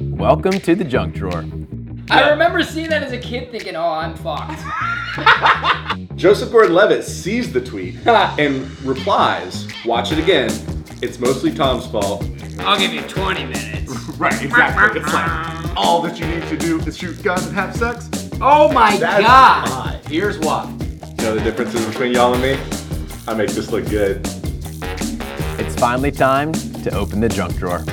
Welcome to the junk drawer. I remember seeing that as a kid thinking, oh, I'm fucked. Joseph Gordon Levitt sees the tweet and replies, Watch it again. It's mostly Tom's fault. I'll give you 20 minutes. Right, exactly. It's like all that you need to do is shoot guns and have sex. Oh my That's god. why. Here's why. You know the differences between y'all and me? I make this look good. It's finally time to open the junk drawer.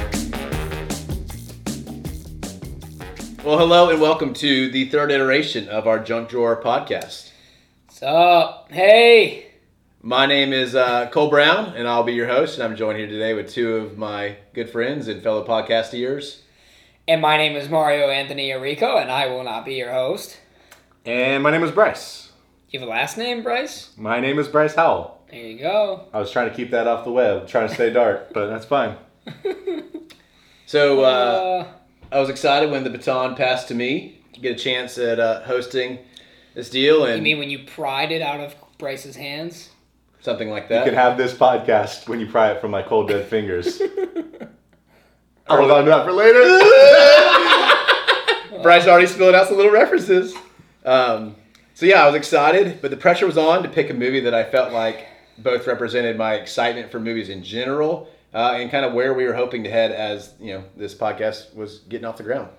Well, hello and welcome to the third iteration of our Junk Drawer podcast. So, hey. My name is uh, Cole Brown, and I'll be your host. And I'm joined here today with two of my good friends and fellow podcasters. And my name is Mario Anthony Arico, and I will not be your host. And my name is Bryce. You have a last name, Bryce? My name is Bryce Howell. There you go. I was trying to keep that off the web, trying to stay dark, but that's fine. So uh, Uh, I was excited when the baton passed to me to get a chance at uh, hosting this deal you and mean when you pried it out of Bryce's hands? something like You that. can have this podcast when you pry it from my cold, dead fingers. I'll hold on to that for later. Bryce already spilled out some little references. Um, so yeah, I was excited, but the pressure was on to pick a movie that I felt like both represented my excitement for movies in general uh, and kind of where we were hoping to head as you know this podcast was getting off the ground.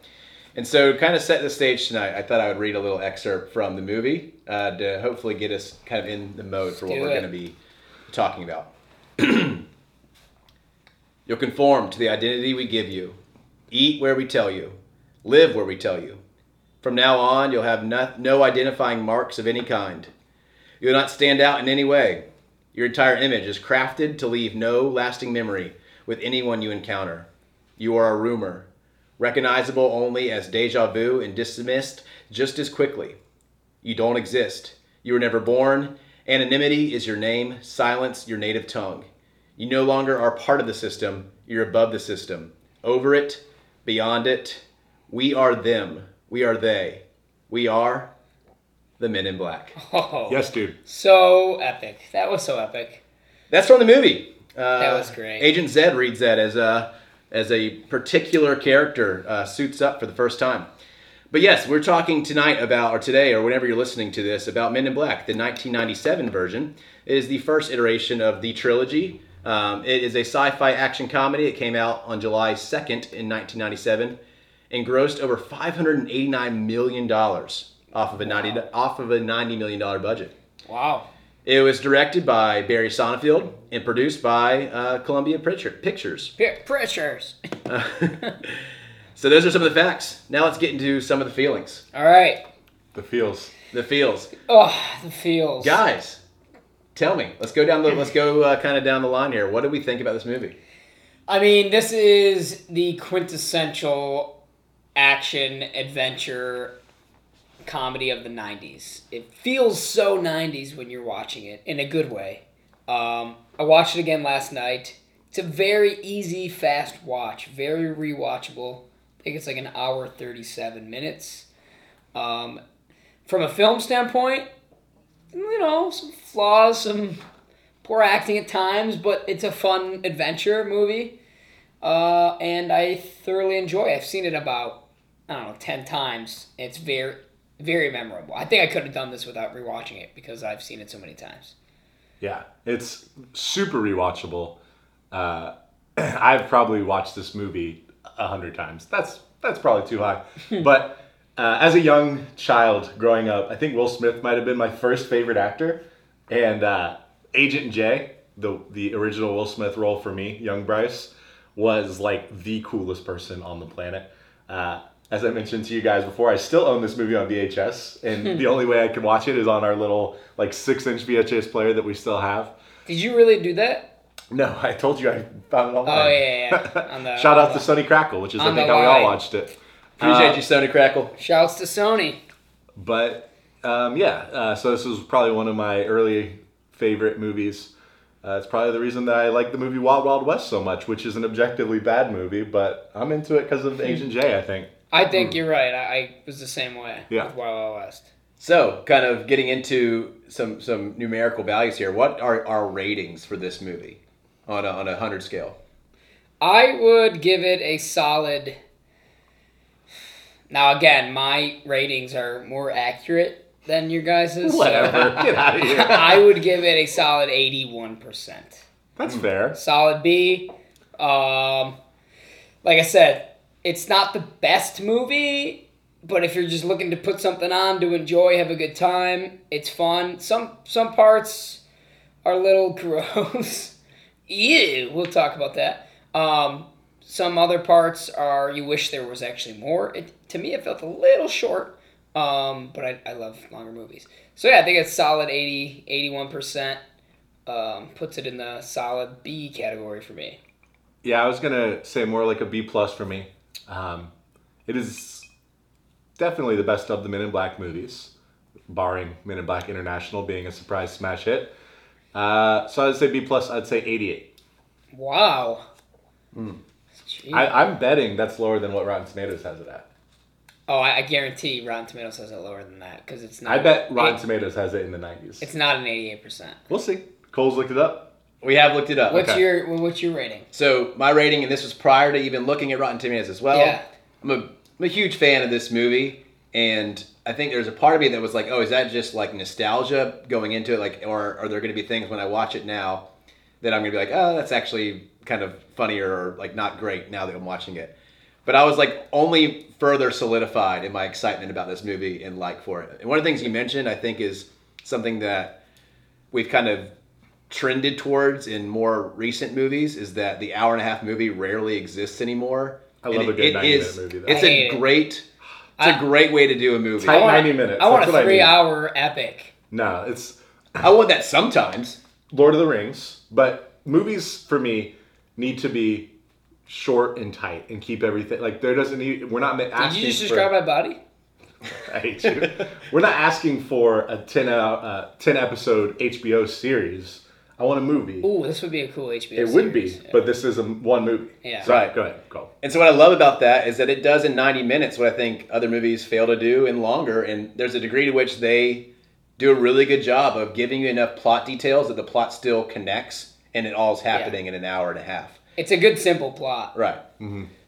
And so, kind of set the stage tonight. I thought I would read a little excerpt from the movie uh, to hopefully get us kind of in the mode for what do we're it. going to be talking about. You'll conform to the identity we give you. Eat where we tell you. Live where we tell you. From now on, you'll have no, no identifying marks of any kind. You'll not stand out in any way. Your entire image is crafted to leave no lasting memory with anyone you encounter. You are a rumor, recognizable only as deja vu and dismissed just as quickly. You don't exist. You were never born. Anonymity is your name, silence your native tongue. You no longer are part of the system, you're above the system, over it, beyond it. We are them, we are they, we are the men in black. Oh, yes, dude. so epic. That was so epic. That's from the movie. Uh, That was great. Agent Zed reads that as a as a particular character uh, suits up for the first time. But yes, we're talking tonight about, or today, or whenever you're listening to this, about Men in Black, the 1997 version. It is the first iteration of the trilogy. Um, it is a sci-fi action comedy. It came out on July 2nd in 1997, and grossed over 589 million dollars off of a 90 off of a 90 million dollar budget. Wow. It was directed by Barry Sonnenfeld and produced by uh, Columbia Picture- Pictures. Peer pressures. So those are some of the facts. Now let's get into some of the feelings, All right. The feels. the feels, Oh, the feels. guys. Tell me. Let's go down the. Let's go uh, kind of down the line here. What do we think about this movie? I mean, this is the quintessential action adventure comedy of the 90s. It feels so 90s when you're watching it in a good way. Um, I watched it again last night. It's a very easy, fast watch, very rewatchable. I think it's like an hour 37 minutes. Um, from a film standpoint, you know, some flaws, some poor acting at times, but it's a fun adventure movie. Uh, and I thoroughly enjoy. it. I've seen it about I don't know ten times. It's very very memorable. I think I could have done this without rewatching it because I've seen it so many times. Yeah, it's super rewatchable. Uh, I've probably watched this movie a hundred times. That's that's probably too high. but uh, as a young child growing up, I think Will Smith might have been my first favorite actor, and uh, Agent J, the the original Will Smith role for me, young Bryce, was like the coolest person on the planet. Uh, as I mentioned to you guys before, I still own this movie on VHS, and the only way I could watch it is on our little like six-inch VHS player that we still have. Did you really do that? No, I told you I found it online. Oh yeah. yeah, yeah. On the- Shout on out to the- Sonny Crackle, which is I on the think how we all line. watched it. Appreciate Uh, you, Sony Crackle. Shouts to Sony. But um, yeah, uh, so this was probably one of my early favorite movies. Uh, it's probably the reason that I like the movie Wild Wild West so much, which is an objectively bad movie, but I'm into it because of Agent J. I think. I think you're right. I, I was the same way. Mm. Yeah. With Wild Wild West. So, kind of getting into some some numerical values here. What are our ratings for this movie on a, on a hundred scale? I would give it a solid Now again, my ratings are more accurate than your guys's. so Whatever. Get out of here. I would give it a solid eighty-one percent. That's fair. Solid B. Um, like I said, it's not the best movie, but if you're just looking to put something on to enjoy, have a good time, it's fun. Some some parts are a little gross. Ew. We'll talk about that. Um, some other parts are you wish there was actually more. It, to me, it felt a little short, um, but I, I love longer movies. So yeah, I think it's solid 80, 81 percent um, puts it in the solid B category for me. Yeah, I was gonna say more like a B plus for me. Um, it is definitely the best of the Men in Black movies, barring Men in Black International being a surprise smash hit. Uh, so I'd say B plus. I'd say eighty-eight. Wow. Gee. Hmm. I, I'm betting that's lower than what Rotten Tomatoes has it at. oh, I, I guarantee Rotten Tomatoes has it lower than that because it's not. I bet Rotten it- Tomatoes has it in the nineties. it's not an eighty-eight percent. We'll see. Cole's looked it up. We have looked it up. What's Okay. your well, What's your rating? So my rating, and this was prior to even looking at Rotten Tomatoes as well. Yeah. I'm, a, I'm a huge fan of this movie, and I think there's a part of me that was like, oh, is that just like nostalgia going into it, like, or are there going to be things when I watch it now that I'm going to be like, oh, that's actually kind of funnier or like not great now that I'm watching it. But I was like only further solidified in my excitement about this movie and like for it. And one of the things you mentioned, I think, is something that we've kind of trended towards in more recent movies is that the hour and a half movie rarely exists anymore. I love And a good it 90 minute is- movie, though. It's I hate a it. great, it's a great way to do a movie. Tight I, want- 90 minutes. I want That's a what I need. three-hour epic. No, it's want that sometimes. Lord of the Rings, but movies for me need to be short and tight and keep everything like there doesn't need we're not ma- Did asking you just for, describe my body? I hate you. we're not asking for a 10 uh, uh, 10 episode HBO series. I want a movie. Ooh, this would be a cool HBO. it would be, series. Yeah. but this is a m- one movie. Yeah. So, Right. Go ahead. Go. And so what I love about that is that it does in 90 minutes what I think other movies fail to do in longer. And there's a degree to which they do a really good job of giving you enough plot details that the plot still connects and it all's happening in an hour and a half. It's a good simple plot. Right.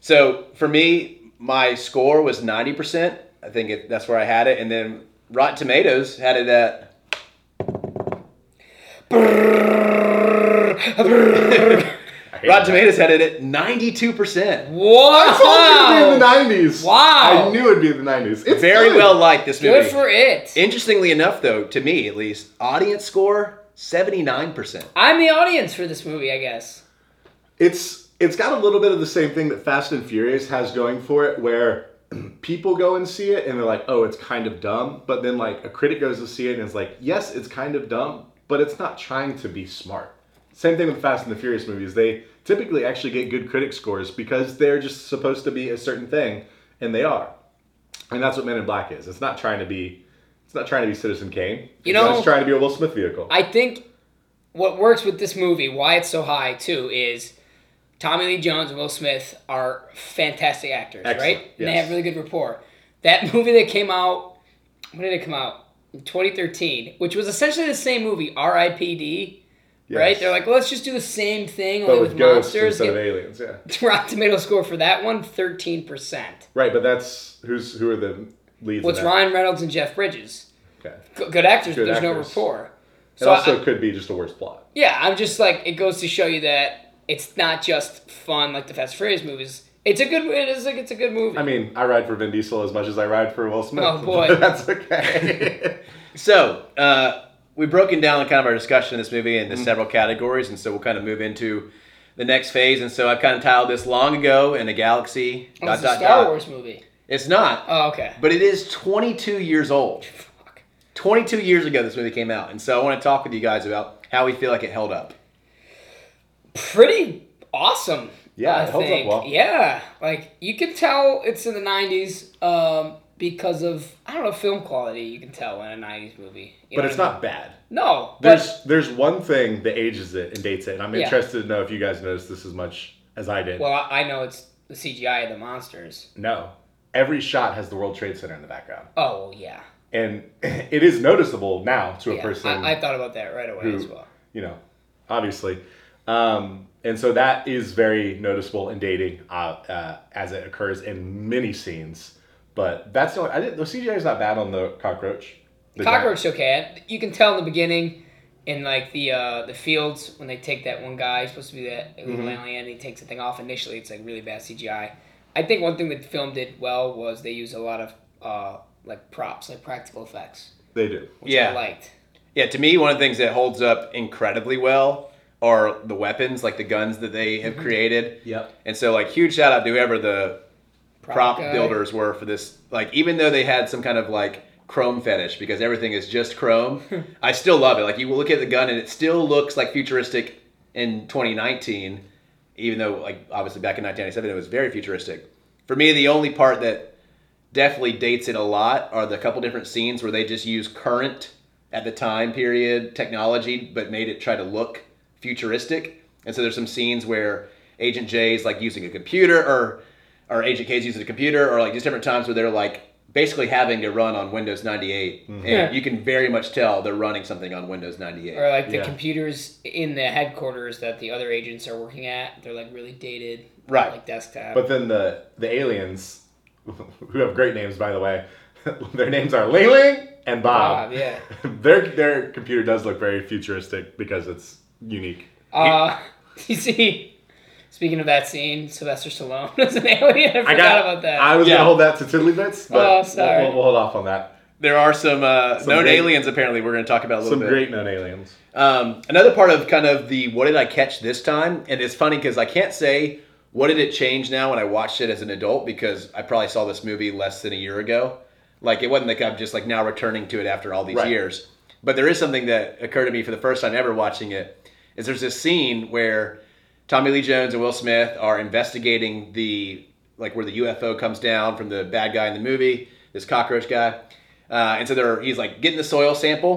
So for me, my score was 90%. I think it, that's where I had it. And then Rotten Tomatoes had it at. Rotten Tomatoes had it at 92%. Oh, Wow. it'd be in the 90s. Wow. I knew it'd be in the 90s. It's Very good. well liked this movie. Good for it. Interestingly enough, though, to me at least, audience score 79%. I'm the audience for this movie, I guess. it's it's got a little bit of the same thing that Fast and Furious has going for it, where people go and see it and they're like, "Oh, it's kind of dumb," but then like a critic goes to see it and is like, "Yes, it's kind of dumb, but it's not trying to be smart." Same thing with Fast and the Furious movies; they typically actually get good critic scores because they're just supposed to be a certain thing, and they are. And that's what Men in Black is. It's not trying to be. It's not trying to be Citizen Kane. You It's know- just trying to be a Will Smith vehicle. I think what works with this movie, why it's so high too, is Tommy Lee Jones and Will Smith are fantastic actors, Excellent, right? And they yes. have really good rapport. That movie that came out, when did it come out? In 2013, which was essentially the same movie, R.I.P.D. Right? Yes. They're like, well, let's just do the same thing only but with, with ghosts monsters. instead of Get- aliens. Yeah. Rotten Tomato score for that one, 13%. Right, but that's who's who are the leads. What's in that? Ryan Reynolds and Jeff Bridges? Okay. G- good actors, Good but there's no actors. rapport. It So I- also could be just a worse plot. Yeah, I'm just like it goes to show you that it's not just fun like the Fast and Furious movies. It's a good. It is like it's a good movie. I mean, I ride for Vin Diesel as much as I ride for Will Smith. Oh, boy. but that's okay. So, uh, we've broken down kind of our discussion of this movie into several categories, and so we'll kind of move into the next phase. And so I've kind of titled this long ago in a galaxy. Oh, dot, it's a dot, Star dot. Wars movie. It's not, Oh, okay. but it is 22 years old. Fuck. 22 years ago, this movie came out, and so I want to talk with you guys about how we feel like it held up. Pretty awesome. Yeah, I it holds up think. well. Yeah, like you can tell it's in the '90s um, because of I don't know film quality. You can tell in a '90s movie. You but know it's what I mean? not bad. No, There's but there's one thing that ages it and dates it, and I'm Yeah. interested to know if you guys noticed this as much as I did. well, I I know it's the CGI of the monsters. no. Every shot has the World Trade Center in the background. Oh yeah, And it is noticeable now to a yeah. person. I, I thought about that right away as well. you know, obviously. Um, and so that is very noticeable in dating uh, uh, as it occurs in many scenes. But that's the only, I didn't, the CGI is not bad on the cockroach. The giant- Cockroach okay. You can tell in the beginning, in like the uh, the fields when they take that one guy he's supposed to be that illegal alien, he takes the thing off. Initially, it's like really bad CGI. I think one thing that the film did well was they used a lot of uh, like props, like practical effects, They do. which I liked. Yeah, to me, one of the things that holds up incredibly well are the weapons, like the guns that they have created. Yep. And so, like, huge shout out to whoever the prop guy. builders were for this. Like, even though they had some kind of like chrome fetish because everything is just chrome, I still love it. Like, you look at the gun and it still looks like futuristic in 2019, even though, like, obviously back in 1997, it was very futuristic. For me, the only part that definitely dates it a lot are the couple different scenes where they just use current at the time period technology but made it try to look futuristic and so there's some scenes where agent j is like using a computer or or agent k's using a computer or like just different times where they're like basically having to run on windows 98 Mm-hmm. Yeah. and you can very much tell they're running something on windows 98 Or like the Yeah. computers in the headquarters that the other agents are working at, they're like really dated, Right. Like desktop. But then the the aliens, who have great names by the way, their names are Ling Ling and Bob. Bob, Uh, yeah. their their computer does look very futuristic because it's unique. Uh, you see, speaking of that scene, Sylvester Stallone as an alien. I forgot about that. I was Yeah. gonna hold that to Tiddlywits, but Oh, we'll- sorry. We'll, we'll hold off on that. there are some, uh, known great- aliens apparently we're going to talk about a little Some bit great known aliens. Um, another part of kind of the what did I catch this time, and it's funny because I can't say what did it change now when I watched it as an adult because I probably saw this movie less than a year ago. Like it wasn't like I'm just like now returning to it after all these Right. years. But there is something that occurred to me for the first time ever watching it. Is there's this scene where Tommy Lee Jones and Will Smith are investigating the like where the UFO comes down from the bad guy in the movie, this cockroach guy, uh, and so they're he's like getting the soil sample,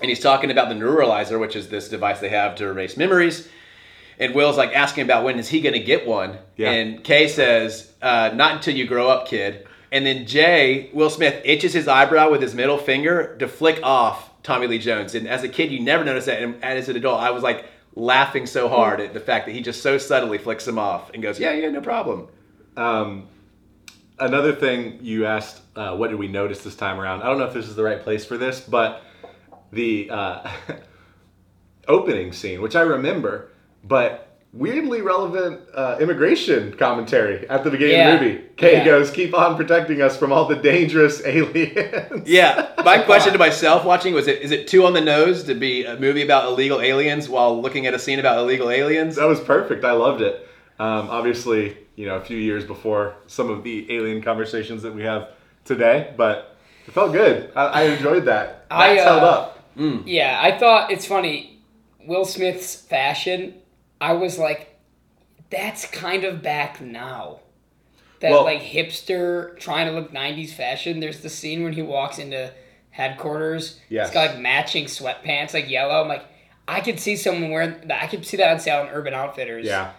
and he's talking about the neuralizer, which is this device they have to erase memories. And Will's like asking about when is he going to get one, Yeah. and Kay says, uh, "Not until you grow up, kid." And then Jay Will Smith itches his eyebrow with his middle finger to flick off Tommy Lee Jones. And as a kid, you never notice that, and as an adult, I was like laughing so hard at the fact that he just so subtly flicks him off and goes, "Yeah, yeah, no problem." Um, another thing you asked, uh, what did we notice this time around? I don't know if this is the right place for this, but the uh, opening scene, which I remember, but weirdly relevant uh, immigration commentary at the beginning Yeah. of the movie. Kay Yeah. goes, "Keep on protecting us from all the dangerous aliens." Yeah, my question to myself watching was: it, Is it too on the nose to be a movie about illegal aliens while looking at a scene about illegal aliens? That was perfect. I loved it. Um, obviously, you know, a few years before some of the alien conversations that we have today, but it felt good. I, I enjoyed that. That's I, uh, held up. Yeah, I thought it's funny. Will Smith's fashion, I was like, that's kind of back now. That Well- like hipster trying to look '90s fashion. There's the scene when he walks into headquarters. Yes. He's got like matching sweatpants, like yellow. I'm like, I could see someone wearing. that. I could see that on sale in Urban Outfitters. Yeah.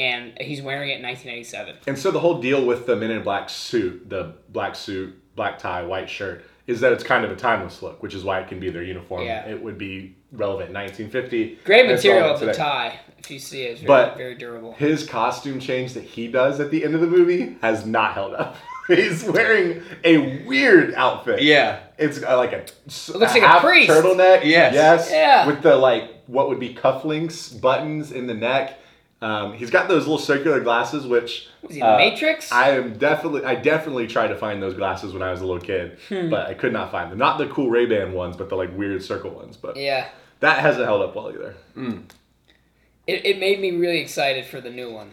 And he's wearing it in 1987. And so the whole deal with the men in black suit, the black suit, black tie, white shirt, is that it's kind of a timeless look, which is why it can be their uniform. Yeah. It would be relevant in 1950. Great It's material relevant of the today. tie. If you see it, it's very, But- very durable. His costume change that he does at the end of the movie has not held up. He's wearing a weird outfit. Yeah, It's uh, like a, it looks like a priest. turtleneck. Yes. yes, Yeah. With the like what would be cufflinks, buttons in the neck. Um, he's got those little circular glasses, which uh, Was he in the Matrix? I am definitely I definitely tried to find those glasses when I was a little kid, Hmm. but I could not find them. Not the cool Ray Ban ones, but the like weird circle ones. But yeah. that hasn't held up well either. It, it made me really excited for the new one.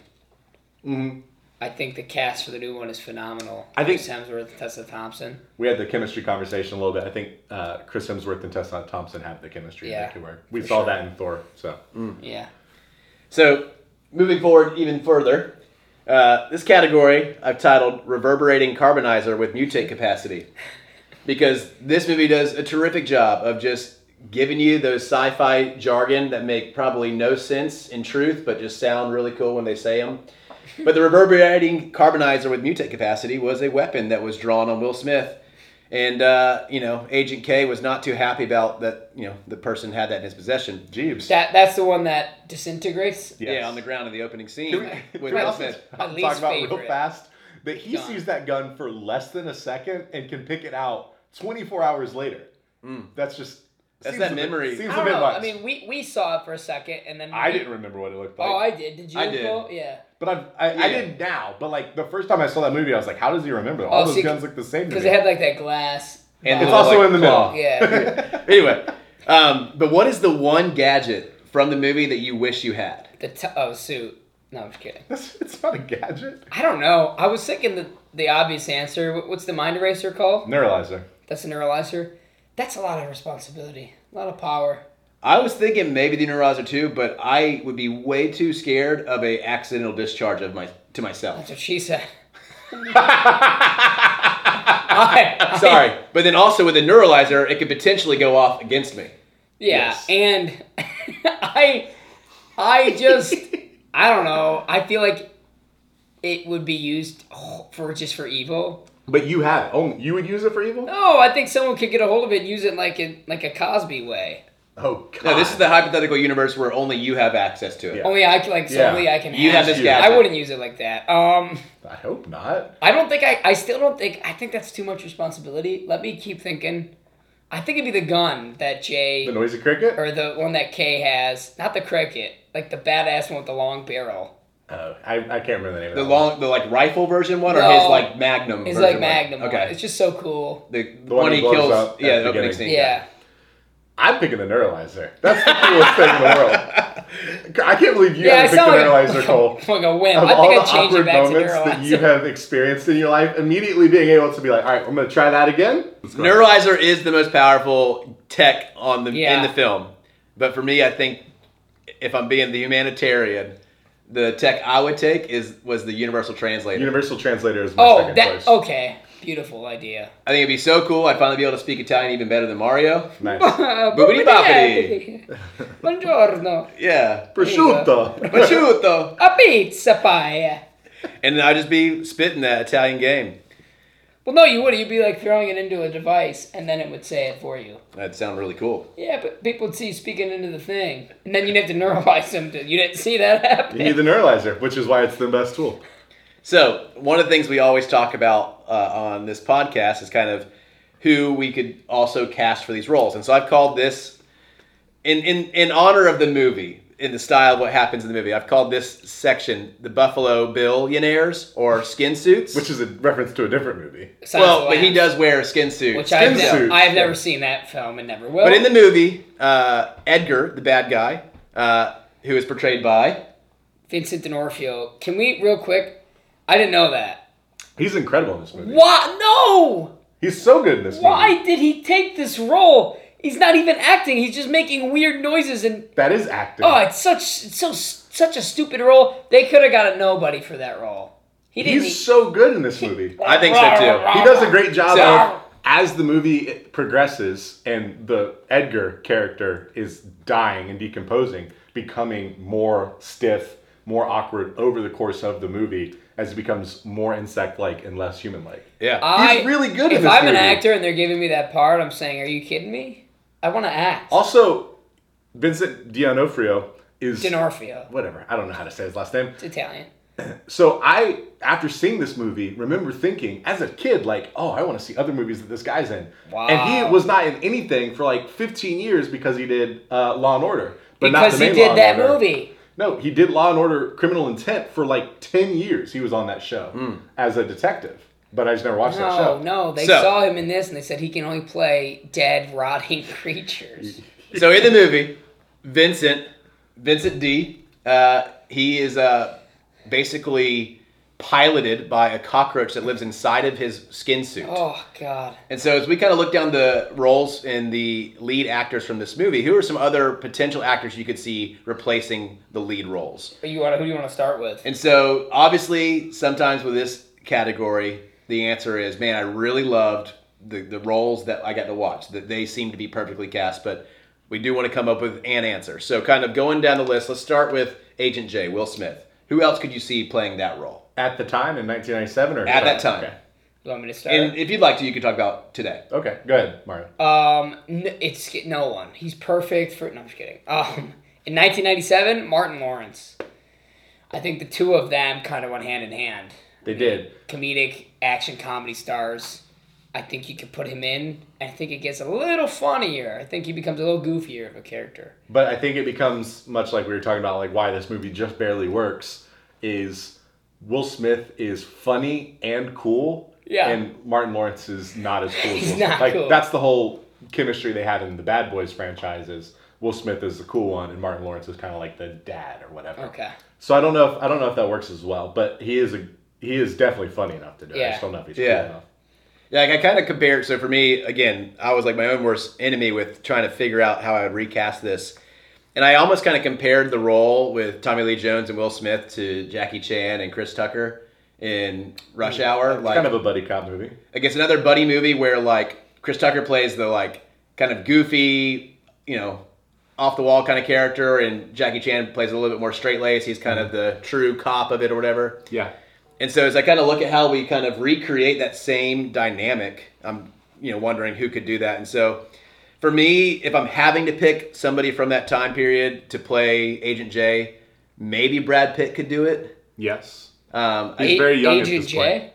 Mm-hmm. I think the cast for the new one is phenomenal. I think- Chris Hemsworth, Tessa Thompson. We had the chemistry conversation a little bit. I think uh, Chris Hemsworth and Tessa Thompson have the chemistry Yeah, that could work. We saw that in Thor. So Yeah, So, moving forward even further, uh, this category I've titled Reverberating Carbonizer with Mutate Capacity. Because this movie does a terrific job of just giving you those sci fi jargon that make probably no sense in truth, but just sound really cool when they say them. But the reverberating carbonizer with mutate capacity was a weapon that was drawn on Will Smith. And, uh, you know, Agent K was not too happy about that, you know, the person had that in his possession. Jeeves. that that's the one that disintegrates. Yes. Yeah, on the ground in the opening scene Can we, with can we Will also Smith. My talk least about real favorite. fast that he sees that gun for less than a second and can pick it out 24 hours later. Mm. That's just That's seems that a bit- memory. seems I a don't bit know. much. I mean, we, we saw it for a second, and then I we- didn't remember what it looked like. Oh, I did. Did you? I did. Nicole? Yeah. But I've, I, I Yeah. did now. But like the first time I saw that movie, I was like, how does he remember? All Oh, those see, guns look the same to me. Because they had like that glass. And it's the, also like, in the claw. middle. Yeah. anyway, um, but what is the one gadget from the movie that you wish you had? the t- oh suit. No, I'm just kidding. It's, it's not a gadget. I don't know. I was thinking the the obvious answer. What- What's the mind eraser called? Neuralizer. That's a neuralizer. That's a lot of responsibility. A lot of power. I was thinking maybe the neuralizer too, but I would be way too scared of a accidental discharge of my to myself. That's what she said. I- I- Sorry, but then also with the neuralizer, it could potentially go off against me. Yeah, Yes. and I, I just, I don't know. I feel like it would be used for just for evil. But you have it. Only you would use it for evil? No, I think someone could get a hold of it and use it like in like a Cosby way. Oh god. No, this is the hypothetical universe where only you have access to it. Yeah. Only I can like Yeah. solely I can. You have this Yeah. gadget. I wouldn't use it like that. Um, I hope not. I don't think I. I still don't think. I think that's too much responsibility. Let me keep thinking. I think it'd be the gun that Jay The noisy cricket? or the one that Kay has, not the cricket, like the badass one with the long barrel. oh, I, I can't remember the name The of that. long, the like rifle version one, or No. his like Magnum. It's version like one? Magnum. Okay, Okay. It's just so cool. the, The one one he he blows kills. up at yeah, the the opening beginning. scene. Yeah. I'm picking the neuralizer. That's the coolest thing in the world. I can't believe you Yeah, I haven't picked sound the like a, neuralizer, like, Cole. a, like a wimp. Of I all the think I changed it awkward back to moments that you neuralizer. have experienced in your life, immediately being able to be like, all right, I'm going to try that again. Let's go. Neuralizer is the most powerful tech on the in Yeah. the film, but for me, I think if I'm being the humanitarian, the tech I would take is was the universal translator. Universal Translator is my oh, second that choice. okay. Beautiful idea. I think it'd be so cool. I'd finally be able to speak Italian even better than Mario. Nice. Uh, Boobity boppity. Buongiorno. Yeah, Prosciutto. prosciutto. A pizza pie. And then I'd just be spitting that Italian game. Well, no, you would. You'd be like throwing it into a device, and then it would say it for you. That'd sound really cool. Yeah, but people would see you speaking into the thing, and then you'd have to neuralize them. To, you didn't see that happen. You need the neuralizer, which is why it's the best tool. So one of the things we always talk about uh, on this podcast is kind of who we could also cast for these roles, and so I've called this in in in honor of the movie, in the style of what happens in the movie. I've called this section the Buffalo Billionaires or skin suits. Which is a reference to a different movie. Silence well, but he laughs. does wear a skin suit. Which I've, Skin ne- suit. I've never seen that film and never will. but in the movie, uh, Edgar, the bad guy, uh, who is portrayed by Vincent D'Onofrio. Can we real quick? I didn't know that. He's incredible in this movie. Why? No. He's so good in this movie. Why did he take this role? He's not even acting. He's just making weird noises and That is acting. oh, it's such it's so such a stupid role. They could have got a nobody for that role. He didn't. e-, He's so good in this movie. I think so too. He does a great job Oh, So- of as the movie progresses and the Edgar character is dying and decomposing, becoming more stiff, more awkward over the course of the movie as he becomes more insect-like and less human-like. yeah. I, He's really good in If this I'm an movie. actor and they're giving me that part, I'm saying, are you kidding me? I want to act. Also, Vincent D'Onofrio is D'Onofrio. whatever. I don't know how to say his last name. It's Italian. So I, after seeing this movie, remember thinking as a kid, like, oh, I want to see other movies that this guy's in. Wow. And he was not in anything for like 15 years because he did uh, Law and Order, but not the because he main Law did and that Order. movie. No, he did Law and Order: Criminal Intent for like 10 years. He was on that show as a detective, but I just never watched that show. Hmm. No, Oh, no, they So- saw him in this and they said he can only play dead, rotting creatures. so in the movie, Vincent, Vincent D, uh, he is uh, basically piloted by a cockroach that lives inside of his skin suit. Oh God. And so as we kind of look down the roles and the lead actors from this movie, who are some other potential actors you could see replacing the lead roles? But you want who do you want to start with? And so obviously, sometimes with this category, the answer is, man, I really loved the, the roles that I got to watch. That they seem to be perfectly cast, but we do want to come up with an answer. So kind of going down the list, let's start with Agent J, Will Smith. Who else could you see playing that role? At the time in 1997 or At that time. You want me to start? And if you'd like to, you could talk about today. Okay. okay, go ahead, Mario. um, n- it's no one. He's perfect for. No, I'm just kidding. Um, in 1997, Martin Lawrence. I think the two of them kind of went hand in hand. They did. comedic action comedy stars. I think you could put him in. and I think it gets a little funnier. I think he becomes a little goofier of a character. But I think it becomes much like we were talking about, like why this movie just barely works is Will Smith is funny and cool. Yeah. And Martin Lawrence is not as cool. as He's Will Smith. not like cool. that's the whole chemistry they had in the Bad Boys franchises. Will Smith is the cool one, and Martin Lawrence is kind of like the dad or whatever. Okay. So I don't know if I don't know if that works as well, but he is a he is definitely funny enough to do. it. I Yeah. just don't know if he's Yeah. cool enough. Yeah, like I kind of compared. So for me, again, I was like my own worst enemy with trying to figure out how I would recast this, and I almost kind of compared the role with Tommy Lee Jones and Will Smith to Jackie Chan and Chris Tucker in Rush Hour. It's like kind of a buddy cop movie. I guess another buddy movie where like Chris Tucker plays the like kind of goofy, you know, off the wall kind of character, and Jackie Chan plays a little bit more straight laced. He's kind of the true cop of it or whatever. Yeah. And so as I kind of look at how we kind of recreate that same dynamic, I'm you know wondering who could do that. And so for me, if I'm having to pick somebody from that time period to play Agent J, maybe Brad Pitt could do it. Yes. Um, I- He's very young at Agent this J. point.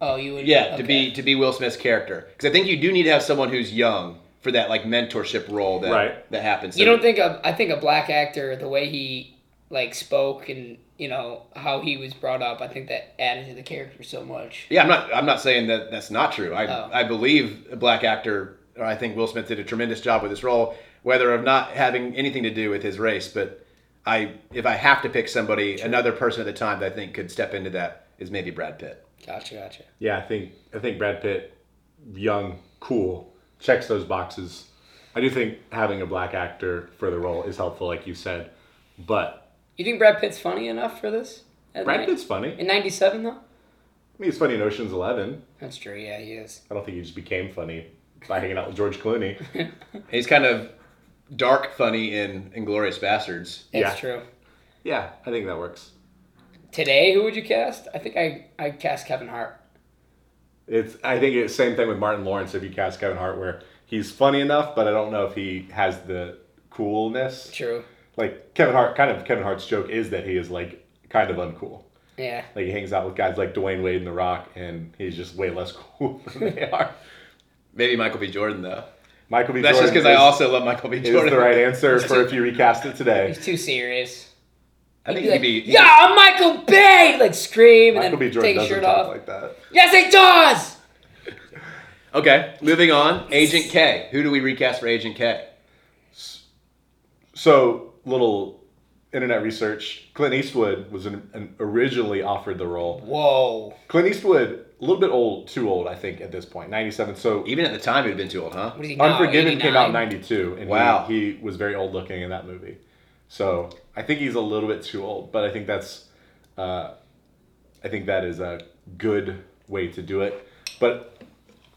Oh, you would. yeah, to okay. be to be Will Smith's character, because I think you do need to have someone who's young for that like mentorship role that Right. that happens. You So- don't think a, I think a black actor the way he like spoke and you know how he was brought up. I think that added to the character so much. Yeah, I'm not. I'm not saying that that's not true. I Oh. I believe a black actor. or I think Will Smith did a tremendous job with this role, whether of not having anything to do with his race. But I, if I have to pick somebody, another person at the time that I think could step into that is maybe Brad Pitt. Gotcha, gotcha. Yeah, I think I think Brad Pitt, young, cool, checks those boxes. I do think having a black actor for the role is helpful, like you said. But You think Brad Pitt's funny enough for this? At Brad night? Pitt's funny. I in '97 though. mean, he's funny in Ocean's Eleven. That's true. Yeah, he is. I don't think he just became funny by hanging out with George Clooney. He's kind of dark, funny in Inglorious Bastards. That's Yeah. true. Yeah, I think that works. Today, who would you cast? I think I I cast Kevin Hart. It's I think it's same thing with Martin Lawrence if you cast Kevin Hart, where he's funny enough, but I don't know if he has the coolness. True. Like Kevin Hart, kind of Kevin Hart's joke is that he is like kind of uncool. Yeah. Like he hangs out with guys like Dwayne Wade and The Rock, and he's just way less cool than they are. Maybe Michael B. Jordan though. Michael B. That's just Jordan because I is- also love Michael B. Jordan. is the right answer for if you recast it today. He's too serious. I think He'd he'd like, be. yeah, I'm Michael Bay. Like scream and Michael B. then Jordan take his doesn't shirt talk off. like that. yes, it does. Okay, moving on. Agent K. Who do we recast for Agent K? So little internet research. Clint Eastwood was an, an originally offered the role. Whoa. Clint Eastwood, a little bit old, too old, I think, at this point, ninety-seven. So Even at the time, he'd been too old, huh? What is he now? Unforgiven came out in 89? '92, and Wow. he, he was very old looking in that movie. So I think he's a little bit too old, but I think that's, uh, I think that is a good way to do it. But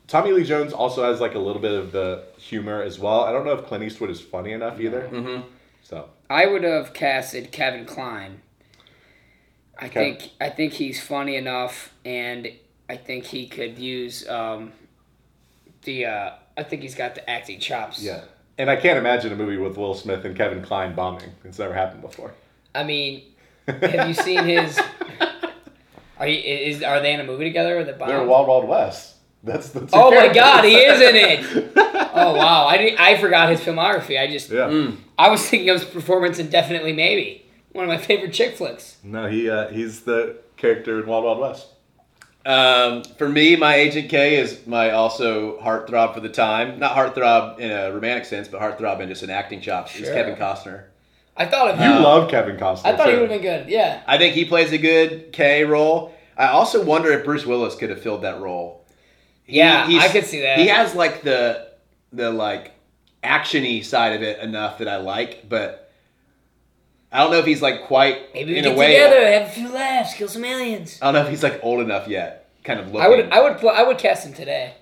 Tommy Lee Jones also has like a little bit of the humor as well. I don't know if Clint Eastwood is funny enough either. Mm-hmm. So I would have casted Kevin Klein. I Kevin- think I think he's funny enough, and I think he could use um, the. Uh, I think he's got the acting chops. yeah, and I can't imagine a movie with Will Smith and Kevin Kline bombing. It's never happened before. I mean, have you seen his? Are you, is are they in a movie together with the bomb? They're Wild Wild West. That's the. two Oh my characters. God, he is in it. Oh wow, I didn't, I forgot his filmography. I just Yeah. I was thinking of his performance in Definitely Maybe, one of my favorite chick flicks. No, he uh, he's the character in Wild Wild West. Um, for me, my Agent K is my also heartthrob for the time. Not heartthrob in a romantic sense, but heartthrob in just an acting chops. Is Sure. Kevin Costner. I thought of You him. love Kevin Costner. Uh, I thought he too. would have been good. Yeah, I think he plays a good K role. I also wonder if Bruce Willis could have filled that role. He- yeah, he's- I could see that. He has like the the like actiony side of it enough that I like, but I don't know if he's like quite Maybe we in get a way. together, have a few laughs, kill some aliens. I don't know if he's like old enough yet. Kind of looking. I would, I would, pl- I would cast him today.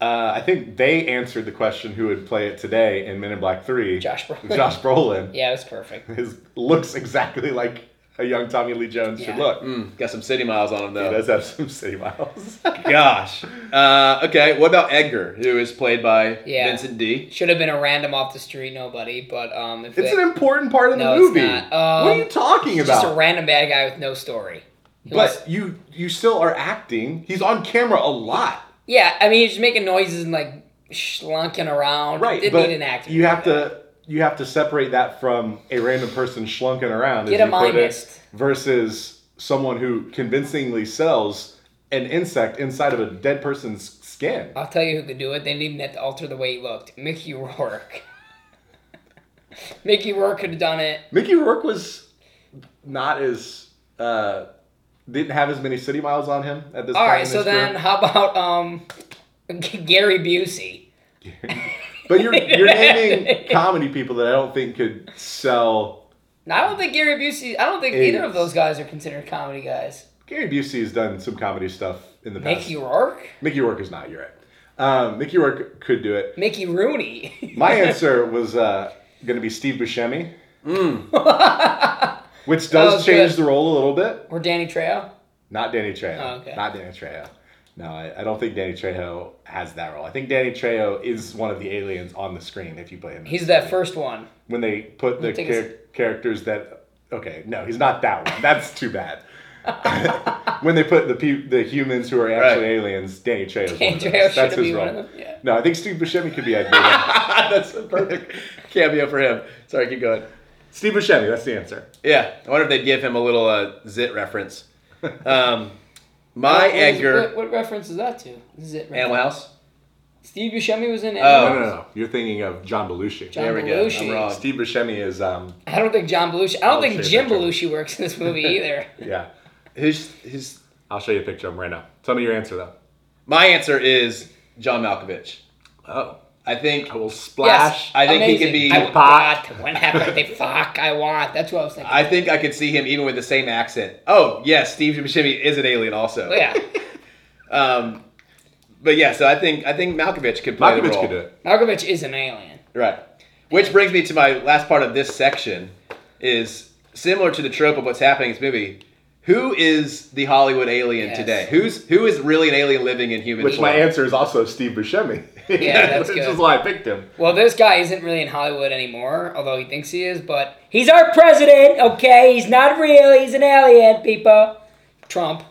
Uh, I think they answered the question who would play it today in Men in Black Three. Josh Brolin. Josh Brolin. Yeah, it was perfect. His looks exactly like a young Tommy Lee Jones should Yeah. look. Mm, got some city miles on him He though. does have some city miles. Gosh. Uh, okay, what about Edgar, who is played by Yeah. Vincent D? Should have been a random off the street nobody, but um, if it's they- an important part of the No, it's movie. not. Um, what are you talking just a about? random bad guy with no story. But you you still are acting. He's on camera a lot. Yeah, I mean, he's just making noises and like slunking around. Right. Didn't but need an actor. You have to you have to separate that from a random person schlunking around. as Get a you put mind it, mist. versus someone who convincingly sells an insect inside of a dead person's skin. I'll tell you who could do it. They didn't even have to alter the way he looked. Mickey Rourke. Mickey Rourke could have done it. Mickey Rourke was not as uh, didn't have as many city miles on him at this All time. right, in so his then career. how about um Gary Busey? but you're you're naming comedy people that I don't think could sell. Now, I don't think Gary Busey. I don't think Hey. either of those guys are considered comedy guys. Gary Busey has done some comedy stuff in the past. Mickey Rourke, Mickey Rourke is not. You're right. Um, Mickey Rourke could do it. Mickey Rooney. My answer was uh, going to be Steve Buscemi, which Mm. That does was change good. the role a little bit. or Danny Trejo. Not Danny Trejo. Oh, okay. Not Danny Trejo. No, I, I don't think Danny Trejo has that role. I think Danny Trejo is one of the aliens on the screen if you play him. He's that first one. when they put the think it's- char- characters that okay, no, he's not that one. That's too bad. when they put the pe- the humans who are actually Right. aliens, Danny Trejo. is Danny one of those. Trejo should That's his be role. one of them, yeah. No, I think Steve Buscemi could be ideal. That's a perfect cameo for him. Sorry, keep going. Steve Buscemi. That's the answer. Yeah, I wonder if they'd give him a little uh, zit reference. Um, my What is- Edgar What, what reference is that to? Is it Animal House. Steve Buscemi was in. Oh. No, Animal no, House? no. You're thinking of John Belushi. John There we go. I'm Belushi. wrong. Steve Buscemi is um I don't think John Belushi. I don't I'll think say Jim that, John. Belushi works in this movie either. yeah. His his I'll show you a picture of him right now. Tell me your answer though. my answer is John Malkovich. Oh, I think I will splash. I think he could Amazing. be- I would Pot. want whenever they fuck I want. That's what I was thinking. I think I could see him even with the same accent. Oh yes, Steve Buscemi is an alien also. Oh, yeah, Um, but yeah, so I think I think Malkovich could play the Malkovich role. could do it. Malkovich is an alien. Right. Which brings me to my last part of this section is similar to the trope of what's happening in this movie. Who is the Hollywood alien Yes. today? Who's who is really an alien living in human Which my form? answer is also Steve Buscemi. Yeah, that's which good. is why I picked him. Well, this guy isn't really in Hollywood anymore, although he thinks he is. But he's our president. Okay, he's not real. He's an alien, people. Trump.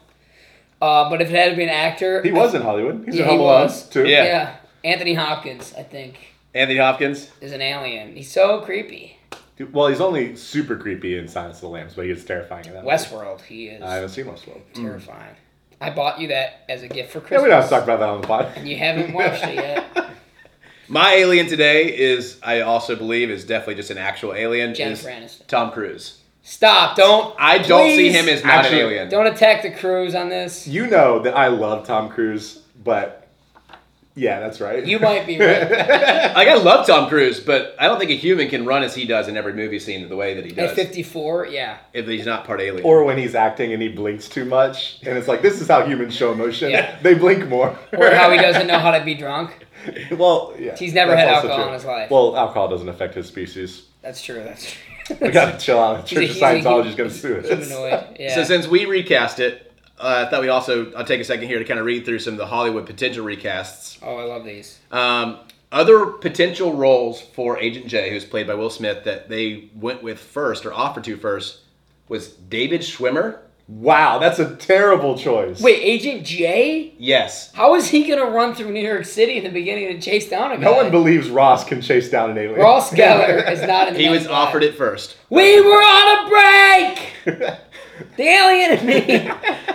Uh, but if it had to be an actor, He was in Hollywood. He's Yeah, in he Home Alone was. too. Yeah. Yeah. Anthony Hopkins, I think, Anthony Hopkins. is an alien. He's so creepy. Dude, Well, he's only super creepy in Silence of the Lambs, but he is terrifying in that. movie. Westworld. He is I haven't seen Westworld. terrifying. I bought you that as a gift for Yeah, Christmas. we don't have to talk about that on the pod. You haven't watched it yet. My alien today is I also believe is definitely just an actual alien. Jennifer is Aniston. Tom Cruise. Stop! Don't. I don't see Please. him as not Actually, an alien. Don't attack the crews on this. You know that I love Tom Cruise, but yeah, that's right. You might be right. Like I love Tom Cruise, but I don't think a human can run as he does in every movie scene the way that he At does. 54, yeah. If he's not part alien. or when he's acting and he blinks too much, and it's like this is how humans show emotion. Yeah. They blink more. Or how he doesn't know how to be drunk. well, yeah, He's never that's had also alcohol in his life. Well, alcohol doesn't affect his species. That's true. That's true. We gotta chill out. He's a- Church of he's a Scientology hu- is gonna sue us. Humanoid. Yeah. So since we recast it, uh, I thought we'd also I'll take a second here to kind of read through some of the Hollywood potential recasts. oh, I love these. Uh, Um, other potential roles for Agent J, who's played by Will Smith, that they went with first or offered to first was David Schwimmer. Wow, that's a terrible choice. Wait, Agent J? Yes, How is he gonna run through New York City in the beginning and chase down a guy? no one believes Ross can chase down an alien. Ross Geller is not in. The he was 95. offered it first, We were on a break. the alien and me.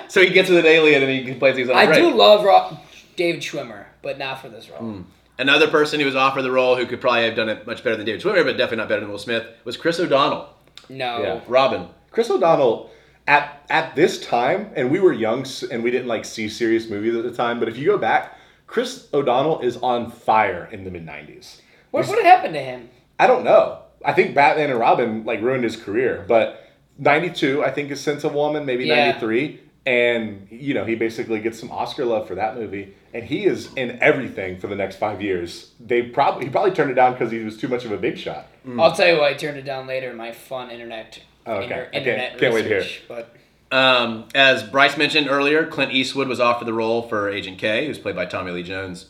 so he gets with an alien and he plays his own. I break. do love Ro- David Schwimmer, but not for this role. Hmm. Another person who was offered the role who could probably have done it much better than David Schwimmer, but definitely not better than Will Smith, was Chris O'Donnell. No. Yeah. Robin. Chris O'Donnell at at this time, and we were young s- and we didn't like see serious movies at the time. But if you go back, Chris O'Donnell is on fire in the mid '90s. What, what happened to him? I don't know. I think Batman and Robin like ruined his career, but '92, I think, is Sense of Woman, maybe Yeah. '93, and you know he basically gets some Oscar love for that movie, and he is in everything for the next five years. They probably he probably turned it down because he was too much of a big shot. I'll tell you why I turned it down later in my fun internet. Hmm. Oh, Okay. I can't- internet can't wait to hear. research, But Um, as Bryce mentioned earlier, Clint Eastwood was offered the role for Agent K, who's played by Tommy Lee Jones.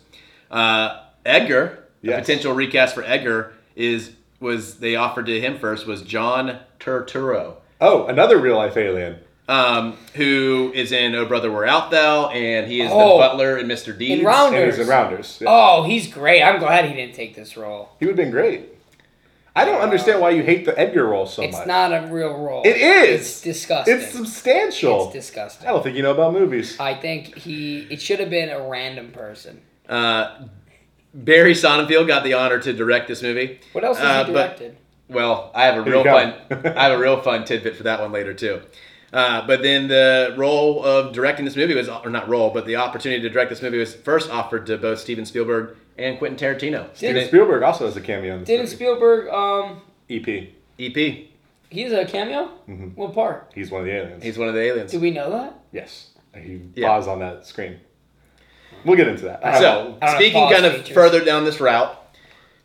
Uh, Edgar, the Yes. potential recast for Edgar is was they offered to him first was John Turturro. Oh, another real life alien. um, who is in Oh Brother Where Art Thou, and he is Oh. the butler in Mr. Deeds. In Rounders. And he's in Rounders. Yeah. Oh, he's great. I'm glad he didn't take this role. He would have been great. I don't understand why you hate the Edgar role so It's much. not a real role. It is. It's disgusting. It's substantial. It's disgusting. I don't think you know about movies. I think he. It should have been a random person. Uh, Barry Sonnenfeld got the honor to direct this movie. What else Uh, has he but- directed? Well, I have a Here real you fun. go. I have a real fun tidbit for that one later too. Uh, but then the role of directing this movie was, or not role, but the opportunity to direct this movie was first offered to both Steven Spielberg and Quentin Tarantino. Steven Steven Spielberg also has a cameo in this E Didn't Spielberg? Um, movie. EP. EP. he's a cameo. Mm-hmm. What part? He's one of the aliens. He's one of the aliens. Do we know that? yes. He Yeah. paused on that screen. We'll get into that. I don't know. So I don't know, speaking pause kind of features. further down this route,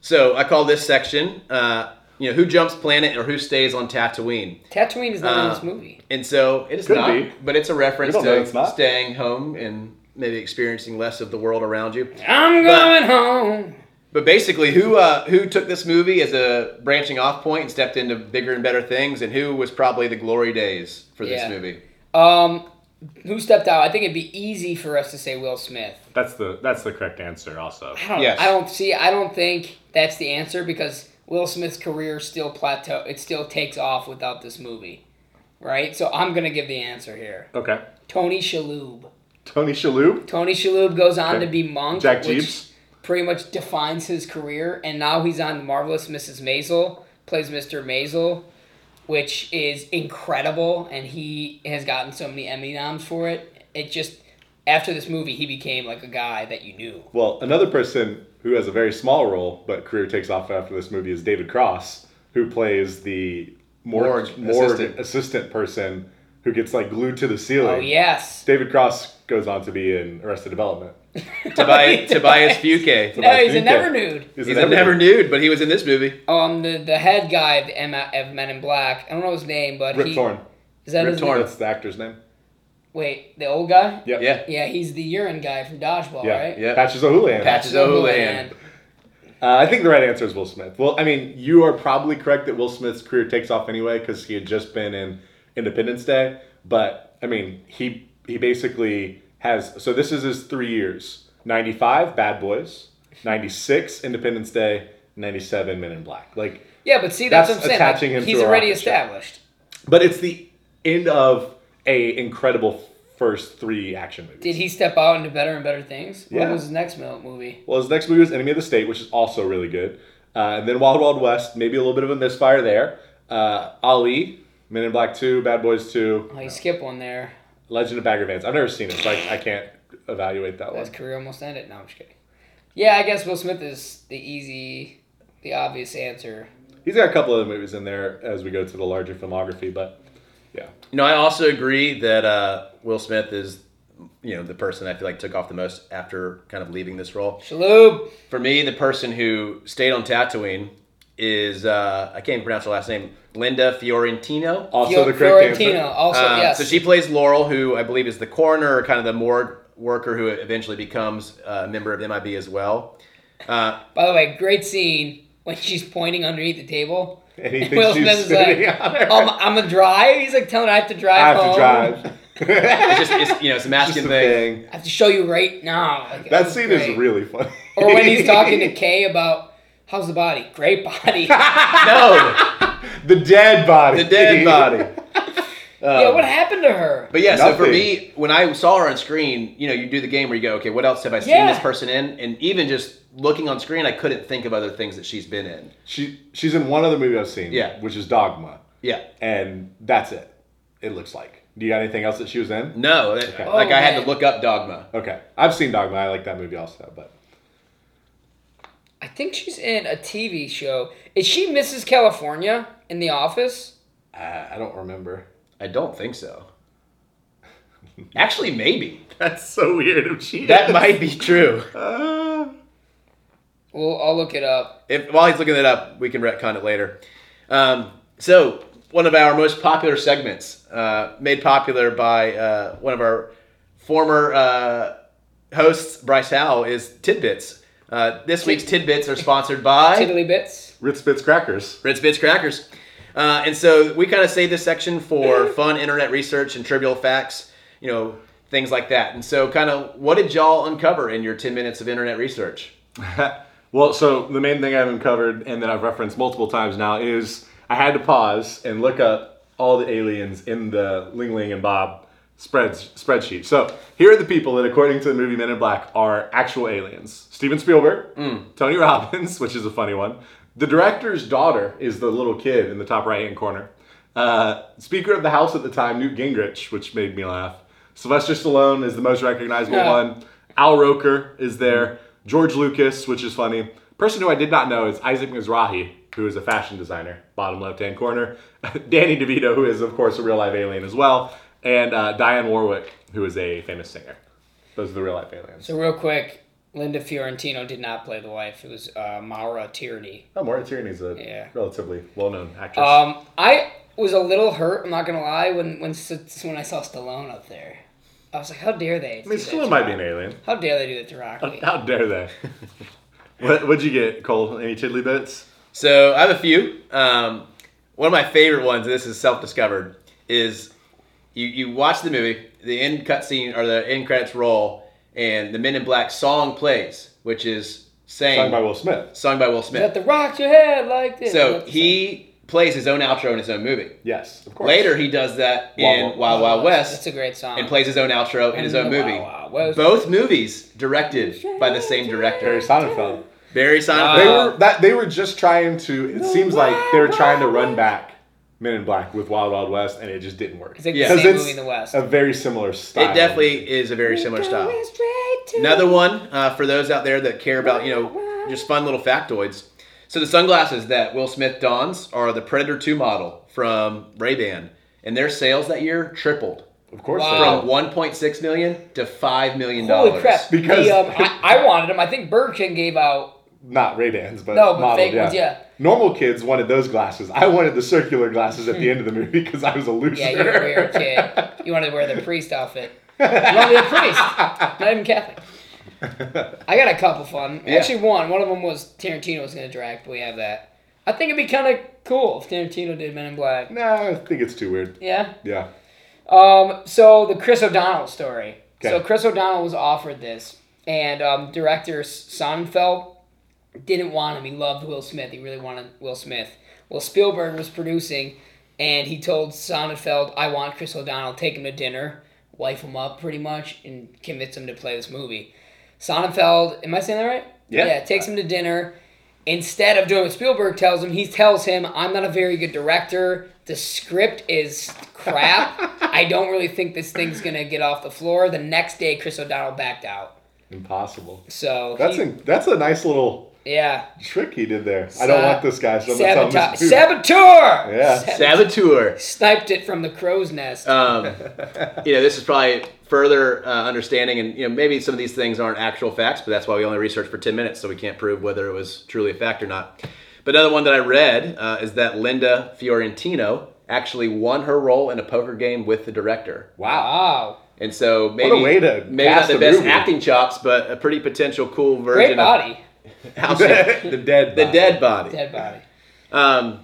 so I call this section, uh, you know, who jumps planet or who stays on Tatooine, Tatooine is not in Uh, this movie. and so it is Could not, be. but it's a reference We don't know it's to not. staying home and maybe experiencing less of the world around you. I'm going home. But basically, who uh, who took this movie as a branching off point and stepped into bigger and better things, and who was probably the glory days for Yeah. this movie? Um, who stepped out? I think it'd be easy for us to say Will Smith. That's the that's the correct answer also. I don't, Yes. I don't see. I don't think that's the answer because Will Smith's career still plateau. It still takes off without this movie, right? So I'm gonna give the answer here. Okay. Tony Shalhoub. Tony Shalhoub, Tony Shalhoub goes on Okay. to be Monk, Jack which Jeeves. pretty much defines his career, and now he's on Marvelous Mrs. Maisel, plays Mr. Maisel, which is incredible, and he has gotten so many Emmy noms for it. It just after this movie, he became like a guy that you knew. Well, another person who has a very small role but career takes off after this movie is David Cross, who plays the morgue, Morgue morgue assistant. assistant. person who gets like glued to the ceiling. Oh yes, David Cross goes on to be in Arrested Development. Tobias, Tobias Fuke. no, he's a Fuke. never nude. He's a never nude, but he was in this movie. Um, the the head guy of, M- of Men in Black. I don't know his name, but Rip he Torn. is that Rip his Torn. name? That's the actor's name. Wait, the old guy. Yep. Yeah, Yeah, he's the urine guy from Dodgeball, Yeah, right? yeah. Patches O'Houlihan. Patches O'Houlihan. Uh, I think the right answer is Will Smith. Well, I mean, you are probably correct that Will Smith's career takes off anyway because he had just been in Independence Day. But I mean, he he basically has. So this is his three years: ninety five, Bad Boys; ninety six, Independence Day; ninety seven, Men in Black. Like, Yeah, but see, that's, That's what I'm saying. Like, attaching him he's to a already rocket ship. established. but it's the end of a incredible first three action movies. Did he step out into better and better things? Yeah. What was his next mo- movie? Well, his next movie was Enemy of the State, which is also really good. Uh, and then Wild Wild West, maybe a little bit of a misfire there. Uh, Ali, Men in Black 2, Bad Boys 2, Oh, you skip one there. Legend of Bagger Vance. I've never seen it, so I, I can't evaluate that one. His career almost ended. No, I'm just kidding. Yeah, I guess Will Smith is the easy, the obvious answer. He's got a couple other movies in there as we go to the larger filmography, but yeah. You know, I also agree that uh, Will Smith is, you know, the person I feel like took off the most after kind of leaving this role. Shalhoub. For me, the person who stayed on Tatooine is uh, I can't even pronounce her last name, Linda Fiorentino. Also, Fio- the correct Fiorentino. answer. Also, Um, yes. So she plays Laurel, who I believe is the coroner, or kind of the morgue worker, who eventually becomes a member of MIB as well. Uh, By the way, great scene when she's pointing underneath the table. And he And thinks Will she's Smith is sitting like, "Oh on her. I'm, I'm a drive. He's like telling her I have to drive I have home. to drive. it's just it's, you know it's Just a masculine a thing. thing. I have to show you right now. Like, That was scene great. is really funny. Or when he's talking to Kay about how's the body? Great body. Um, No, the dead body. the dead body. yeah, what happened to her? But yeah, so for Nothing. me, when I saw her on screen, you know, you do the game where you go, okay, what else have I seen Yeah. this person in? And even just looking on screen, I couldn't think of other things that she's been in. She she's in one other movie I've seen, Yeah. which is Dogma, Yeah. and that's it. It looks like. Do you got anything else that she was in? No, that, Okay. like Oh, I had man. to look up Dogma. Okay, I've seen Dogma. I like that movie also, but I think she's in a TV show. Is she Mrs. California in The Office? uh, I don't remember. I don't think so. Actually, maybe That's so weird. If she that might be true. Well, I'll look it up. If while he's looking that up, we can retcon it later. Um, so one of our most popular segments, uh, made popular by uh, one of our former uh, hosts, Bryce Howell, is Tidbits. Uh, this week's Tidbits are sponsored by Tiddly bits. Ritz Bits Crackers. Ritz Bits Crackers. Uh, and so we kind of save this section for fun internet research and trivial facts, you know, things like that. And so, kind of, what did y'all uncover in your 10 minutes of internet research? Well, so the main thing I've uncovered and that I've referenced multiple times now is I had to pause and look up all the aliens in the Ling Ling and Bob spreads spreadsheet. So here are the people that, according to the movie Men in Black, are actual aliens: Steven Spielberg, Tony Robbins, which is a funny one. The director's daughter is the little kid in the top right-hand corner. Uh, Speaker of the House at the time, Newt Gingrich, which made me laugh. Sylvester Stallone is the most recognizable Yeah. one. Al Roker is there. George Lucas, which is funny. Person who I did not know is Isaac Mizrahi, who is a fashion designer, bottom left hand corner. Danny DeVito, who is, of course, a real life alien as well. And uh, Diane Warwick, who is a famous singer. Those are the real life aliens. So real quick, Linda Fiorentino did not play the wife. It was uh, Maura Tierney. Oh, Maura Tierney's a Yeah. relatively well known actress. Um, I was a little hurt. I'm not gonna lie when when S- when I saw Stallone up there, I was like, how dare they? I mean, Stallone might be an alien. How dare they do that to Rocky? How dare they? what, what'd you get, Cole? Any tiddly bits? So I have a few. Um, one of my favorite ones. This is self-discovered. Is you you watch the movie, the end cutscene or the end credits roll, and the Men in Black song plays, which is sang Sung by Will Smith. sung by Will Smith. Let the rock your head like this. so That's the he plays his own outro in his own movie. Yes, of course. Later, he does that Wild in Wild- Wild Wild That's West a great song. and plays his own outro in his own Wow, movie. wow, wow. Both movies directed by the same Barry director, Sonnenfeld. Barry They Sonnenfeld. Uh, were that they were just trying to. It seems like they were trying to run back Men in Black with Wild Wild West, and it just didn't work. It's like Yeah. the 'Cause same it's movie in the West. a very similar style. It definitely is a very similar style. Another one uh, for those out there that care about, you know, just fun little factoids. So the sunglasses that Will Smith dons are the Predator 2 model from Ray-Ban, and their sales that year tripled of course. Wow. they from did. 1.6 million to 5 million dollars. Holy crap! Because- the, um, I, I wanted them. I think Burger King gave out. Not Ray Bans, but No, but modeled, fake yeah. ones, yeah. Normal kids wanted those glasses. I wanted the circular glasses at the end of the movie because I was a loser. Hmm. Yeah, you were a weird kid. You wanted to wear the priest outfit. You wanted to be a priest, not even Catholic. I got a couple fun. Actually, one. One of them was Tarantino was going to direct. We have that. I think it'd be kind of cool if Tarantino did Men in Black. no, I think it's too weird. Yeah. Yeah. Um, so the Chris O'Donnell story. Okay. So Chris O'Donnell was offered this, and um, director Sonnenfeld didn't want him. He loved Will Smith. He really wanted Will Smith. Well, Spielberg was producing, and he told Sonnenfeld, "I want Chris O'Donnell. Take him to dinner, wife him up, pretty much, and convince him to play this movie." Sonnenfeld, am I saying that right? Yeah. Yeah, takes him to dinner. Instead of doing what Spielberg tells him, he tells him, I'm not a very good director. The script is crap. I don't really think this thing's going to get off the floor. The next day, Chris O'Donnell backed out. Impossible. So, That's he- a that's a nice little yeah. trick he did there. I don't Sa- want this guy, so I'm gonna tell him Saboteur. this is food. Saboteur! Yeah. Saboteur. Sniped it from the crow's nest. Um, you know, this is probably further uh, understanding, and you know, maybe some of these things aren't actual facts, but that's why we only researched for ten minutes, so we can't prove whether it was truly a fact or not. But another one that I read uh, is that Linda Fiorentino actually won her role in a poker game with the director, Wow. wow. and so maybe way to maybe cast not the a best movie. acting chops, but a pretty potential cool Great version body. of how she- the dead. the body. dead body. Dead body. Um,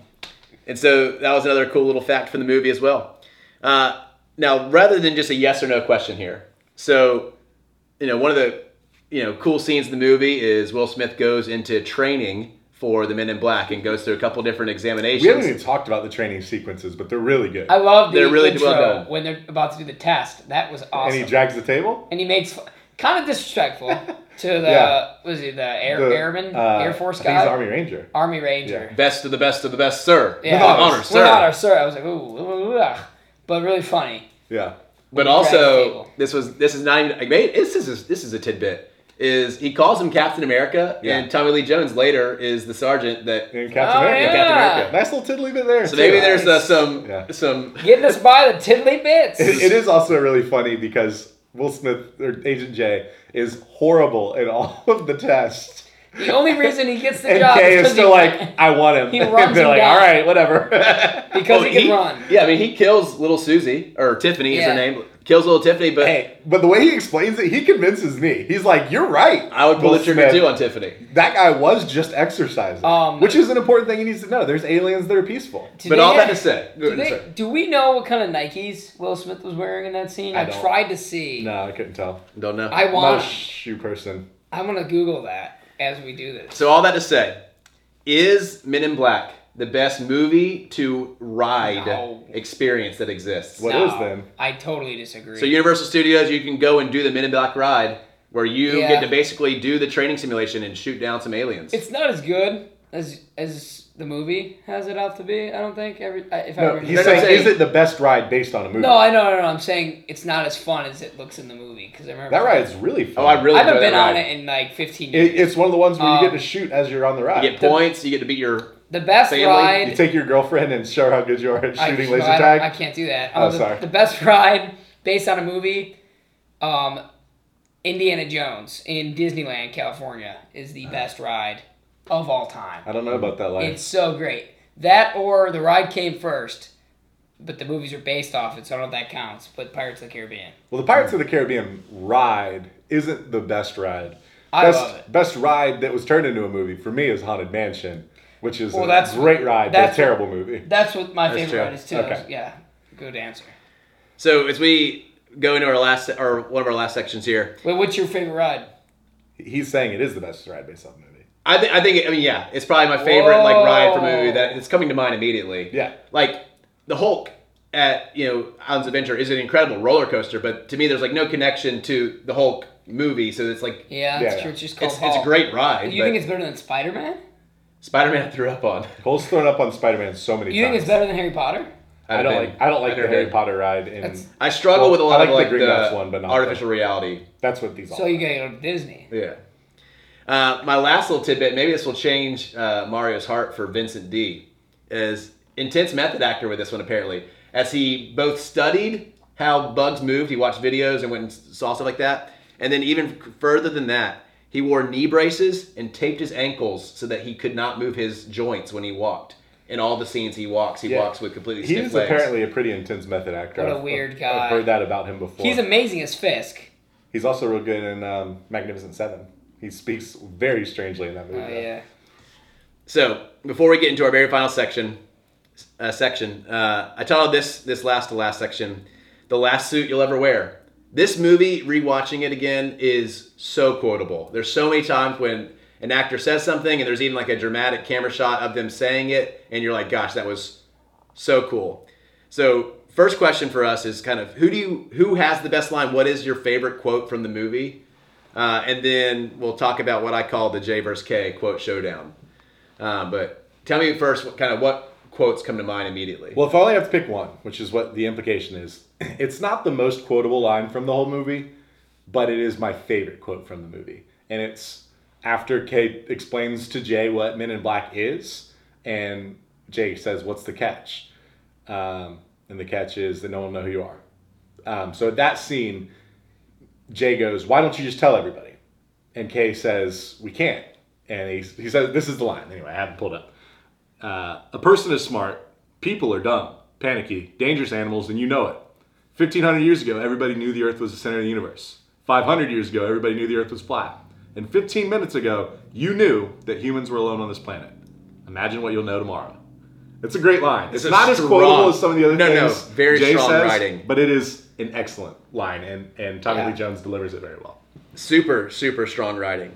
and so that was another cool little fact from the movie as well. Uh, now, rather than just a yes or no question here, so you know one of the you know cool scenes in the movie is Will Smith goes into training for the Men in Black and goes through a couple different examinations. We haven't even talked about the training sequences, but they're really good. I love the They're really intro well done. when they're about to do the test. That was awesome. and he drags the table. and he makes kind of disrespectful to the Yeah. was he the air the, airman uh, air force I think he's guy Army Ranger. Army ranger. best of the best of the best, sir. Yeah, With honor, With sir. honor, sir. I was like, ooh, ooh, ooh, ah. but really funny. Yeah. But Drag the also, table. this was this is not even. Like, maybe, this is this is a tidbit. Is he calls him Captain America, Yeah. and Tommy Lee Jones later is the sergeant that And Oh, Captain America. yeah. Captain America. Nice little tiddly bit there. So maybe too. there's uh, some Yeah. some Getting us by the tiddly bits. It- it is also really funny because Will Smith or Agent J is horrible in all of the tests, the only reason he gets the and job is K is 'cause still he, like, "I want him." he And runs they're him like, down. "All right, whatever." because Oh, he can run. Yeah, I mean he kills little Susie or Tiffany is Yeah. her name. kills little Tiffany, but Hey, But the way he explains it, he convinces me. He's like, "You're right." I would pull Will the trigger Smith. too on Tiffany. That guy was just exercising, Um, which is an important thing he needs to know. There's aliens that are peaceful. do But they all have- that to say, do, they, do we know what kind of Nikes Will Smith was wearing in that scene? I, I don't. tried to see. No, I couldn't tell. don't know. I I'm not want. a shoe person. I want to Google that as we do this. so all that to say, is Men in Black the best movie to ride No. experience that exists? What is then? I totally disagree. So Universal Studios, you can go and do the Men in Black ride, where you Yeah. get to basically do the training simulation and shoot down some aliens. it's not as good as as the movie has it out to be. I don't think every I- if I No, remember. he's No, no, saying, I'm saying- is it the best ride based on a movie? no, I know, no, no. I'm saying it's not as fun as it looks in the movie because I remember that ride's really fun. oh, I really I haven't enjoy that been on ride. it in like 15 years. It, it's one of the ones where you Um, get to shoot as you're on the ride. You get points. You get to beat your. the best Family, ride. You take your girlfriend and show her how good you are at I- shooting no, laser I don't- tag. I can't do that. Oh, the, sorry. The best ride based on a movie, um, Indiana Jones in Disneyland, California, is the best ride of all time. I don't know about that line. It's so great. That or the ride came first, but the movies are based off it, so I don't know if that counts. But Pirates of the Caribbean. Well, the Pirates of the Caribbean ride isn't the best ride. I best, love it. Best ride that was turned into a movie for me is Haunted Mansion, which is Well, a that's- great ride, that's- but a terrible movie. That's what my favorite true. ride is too. Okay. Yeah, good answer. So as we go into our last or one of our last sections here, Wait, what's your favorite ride? He's saying it is the best ride based on the movie. I think I think I mean yeah, it's probably my favorite like ride from a movie Whoa. that it's coming to mind immediately. Yeah. like the Hulk at you know Islands of Adventure is an incredible roller coaster, but to me there's like no connection to the Hulk movie, so it's like Yeah, Yeah, it's yeah. true. It's just called it's, it's a Hulk. great ride. You think it's better than Spider Man? Spider Man threw up on? Cole's thrown up on Spider Man so many You think times. it's better than Harry Potter? I don't like. I don't like I've the never Harry been. Potter ride, and That's- I Well, struggle with a lot I like of the like the, Green Knight's one, but not artificial reality. that's what these all. So you gotta go to Disney. Yeah. Uh, my last little tidbit, maybe this will change uh, Mario's heart for Vincent D, is intense method actor with this one apparently, as he both studied how bugs moved, he watched videos and went and saw stuff like that, and then even further than that, he wore knee braces and taped his ankles so that he could not move his joints when he walked. In all the scenes he walks, he Yeah. walks with completely stiff He's legs. apparently a pretty intense method actor. What a I've- weird I've- guy. I've heard that about him before. He's amazing as Fisk. He's also real good in um, Magnificent Seven. He speaks very strangely in that movie. Oh though. yeah. So before we get into our very final section, uh, section, uh, I titled this this last to last section, the last suit you'll ever wear. This movie, rewatching it again, is so quotable. There's so many times when an actor says something, and there's even like a dramatic camera shot of them saying it, and you're like, "Gosh, that was so cool." So first question for us is kind of who do you who has the best line? What is your favorite quote from the movie? Uh, and then we'll talk about what I call the J versus K quote showdown. Uh, but tell me first, what, kind of what quotes come to mind immediately? Well, if I only have to pick one, which is what the implication is, it's not the most quotable line from the whole movie, but it is my favorite quote from the movie. And it's after Kay explains to Jay what Men in Black is, and Jay says, What's the catch? Um, and the catch is that no one will know who you are. Um, so at that scene, Jay goes, Why don't you just tell everybody? And Kay says, We can't. And he, he says, This is the line. Anyway, Anyway, I haven't pulled up. Uh, a person is smart. People are dumb, panicky, dangerous animals, and you know it. 1500 years ago, everybody knew the earth was the center of the universe. 500 years ago, everybody knew the earth was flat. And 15 minutes ago, you knew that humans were alone on this planet. Imagine what you'll know tomorrow. It's a great line. It's, a not as quotable strong- as some of the other No, no, things very Jay strong says, writing. but it is an excellent line, and, and Tommy Yeah. Lee Jones delivers it very well. super, super strong writing.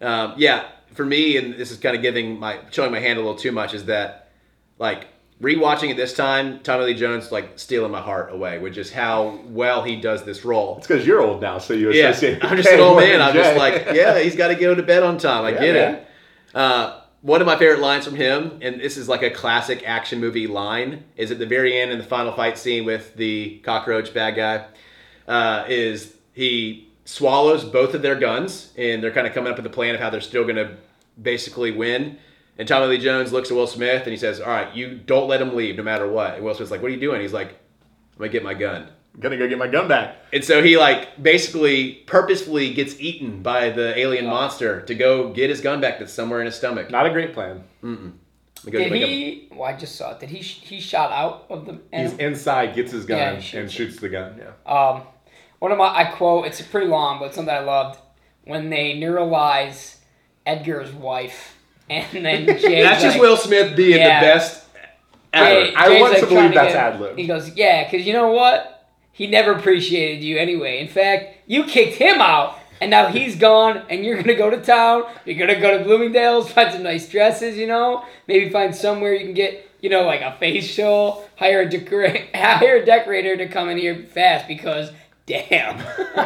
Um, yeah, for me, and this is kind of giving my showing my hand a little too much, is that like rewatching it this time, Tommy Lee Jones like stealing my heart away, which is how well he does this role. It's because you're old now, so you Yeah, associate. I'm just an Jay old more man. than I'm just Jay. like, yeah, he's got to go to bed on time. I get man. it. Uh, one of my favorite lines from him, and this is like a classic action movie line, is at the very end in the final fight scene with the cockroach bad guy. Uh, is he swallows both of their guns, and they're kind of coming up with a plan of how they're still going to basically win. And Tommy Lee Jones looks at Will Smith and he says, "All right, you don't let him leave, no matter what." And Will Smith's like, "What are you doing?" He's like, "I'm gonna get my gun." gonna go get my gun back. And so he like basically purposefully gets eaten by the alien monster to go get his gun back that's somewhere in his stomach. not a great plan. Go Did make him- he? Well, I just saw it. Did he? He shot out of the. He's animal? inside, gets his gun, Yeah, he shoots and shoots the gun. Yeah. Um, One of my I quote. It's pretty long, but it's something I loved. When they neuralize Edgar's wife, and then Jay. That's just like, Will Smith being Yeah. the best. Hey, I Jay's, want to trying believe that's get- ad-lib. He goes, yeah, because you know what? He never appreciated you anyway. In fact, you kicked him out, and now he's gone, and you're gonna go to town. You're gonna go to Bloomingdale's, find some nice dresses, you know. Maybe find somewhere you can get, you know, like a facial. Hire a decor- hire a decorator to come in here fast because, damn.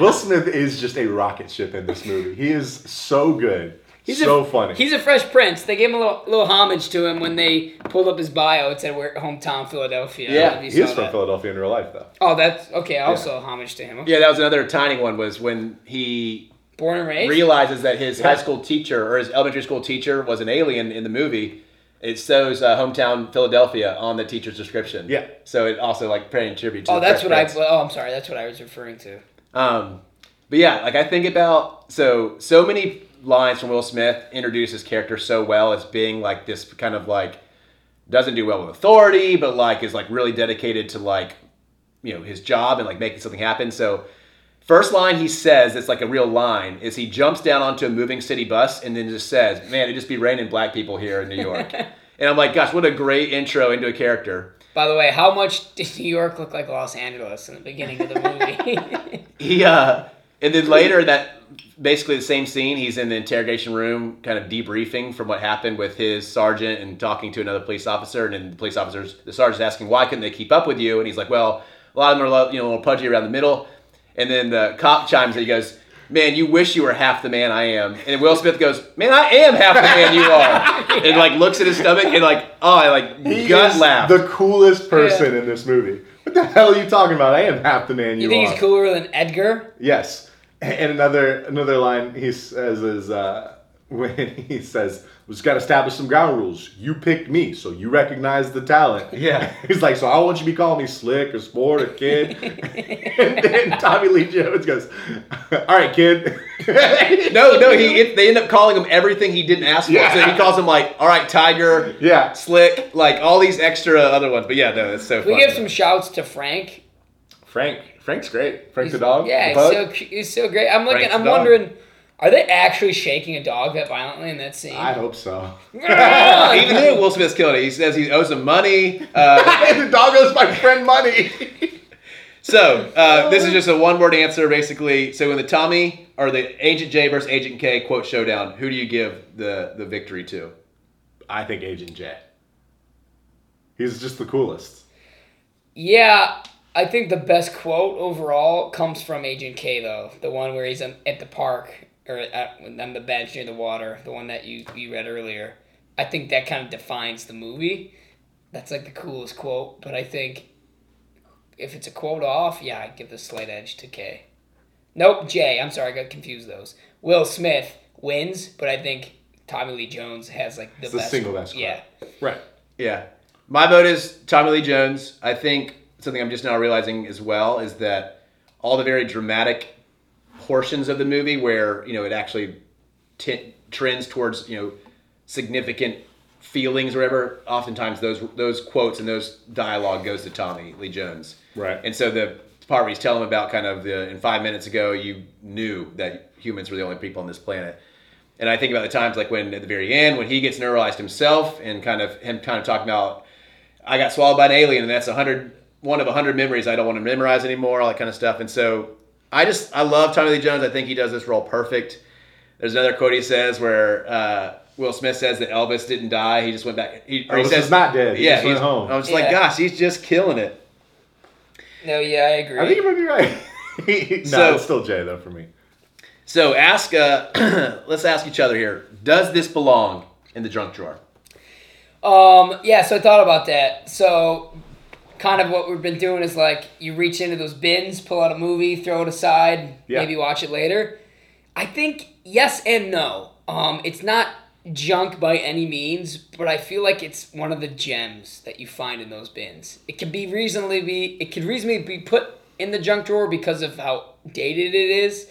Will Smith is just a rocket ship in this movie. He is so good. He's so a, funny. He's a Fresh Prince. They gave him a little, little homage to him when they pulled up his bio. It said, "We're hometown Philadelphia." Yeah, If you he is saw from that. Philadelphia in real life, though. Oh, that's okay. Also, homage to him. Yeah, that was another tiny one. Was when he Born and raised. realizes that his high school teacher or his elementary school teacher was an alien in the movie. It shows uh, hometown Philadelphia on the teacher's description. Yeah. So it also like paying tribute to. oh, the that's Fresh what I. Prince. Oh, I'm sorry. That's what I was referring to. Um, but yeah, like I think about so so many lines from Will Smith introduce his character so well as being like this kind of like doesn't do well with authority, but like is like really dedicated to like you know his job and like making something happen. So first line he says that's like a real line is he jumps down onto a moving city bus and then just says, "Man, it just be raining black people here in New York." and I'm like, "Gosh, what a great intro into a character." By the way, how much did New York look like Los Angeles in the beginning of the movie? he uh and then later that basically the same scene he's in the interrogation room kind of debriefing from what happened with his sergeant and talking to another police officer and then the police officers the sergeant's asking why couldn't they keep up with you and he's like well a lot of them are lo- you know a little pudgy around the middle and then the cop chimes in he goes man you wish you were half the man i am and then will smith goes man i am half the man you are and like looks at his stomach and like oh i like He gut is laugh the coolest person Yeah. in this movie. What the hell are you talking about? I am half the man you, you think are. he's cooler than Edgar? Yes. And another another line he says is uh, when he says, "We just got to establish some ground rules. You picked me, so you recognize the talent." Yeah. He's like, "So I don't want you to be calling me slick or sport or kid." and then Tommy Lee Jones goes, "All right, kid." No, no, he it, they end up calling him everything he didn't ask for. Yeah. So he calls him like, all right, Tiger, Yeah. Slick, like all these extra other ones. But yeah, no, it's so We funny. give some shouts to Frank. Frank. Frank's great. Frank the dog. the Yeah, he's bug. so cu- he's so great. I'm looking. Frank's I'm dog. wondering, are they actually shaking a dog that violently in that scene? I hope so. Even though Will Smith's killing it, he says he owes him money. Uh, the dog owes my friend money. so uh, this is just a one-word answer, basically. So in the Tommy or the Agent J versus Agent K quote showdown, who do you give the the victory to? I think Agent J. He's just the coolest. Yeah, I think the best quote overall comes from Agent K though, the one where he's um, at the park or at, on the bench near the water, the one that you you read earlier. I think that kind of defines the movie. That's like the coolest quote, but I think if it's a quote off, yeah, I give the slight edge to K. Nope, J. I'm sorry, I got confused those. Will Smith wins, but I think Tommy Lee Jones has like the the best single best quote. Yeah. Right. Yeah. My vote is Tommy Lee Jones. I think something I'm just now realizing as well is that all the very dramatic portions of the movie where, you know, it actually t- trends towards, you know, significant feelings or whatever, oftentimes those those quotes and those dialogue goes to Tommy Lee Jones. Right. And so the part where he's telling him about kind of the in five minutes ago you knew that humans were the only people on this planet. And I think about the times like when at the very end when he gets neuralized himself and kind of him kind of talking about I got swallowed by an alien and that's a hundred one of a hundred memories I don't want to memorize anymore, all that kind of stuff. And so I just I love Tommy Lee Jones. I think he does this role perfect. There's another quote he says where uh, Will Smith says that Elvis didn't die. He just went back. He, or he Elvis says is not dead. He yeah, just went he's- home. I was like, Yeah. gosh, he's just killing it. No, yeah, I agree. I think you might be right. no, So- it's still J though for me. So ask, uh, let's ask each other here. Does this belong in the junk drawer? Um, yeah, so I thought about that. So, kind of what we've been doing is like you reach into those bins, pull out a movie, throw it aside, Yeah. maybe watch it later. I think yes and no. Um, it's not junk by any means, but I feel like it's one of the gems that you find in those bins. It can be reasonably be it could reasonably be put in the junk drawer because of how dated it is,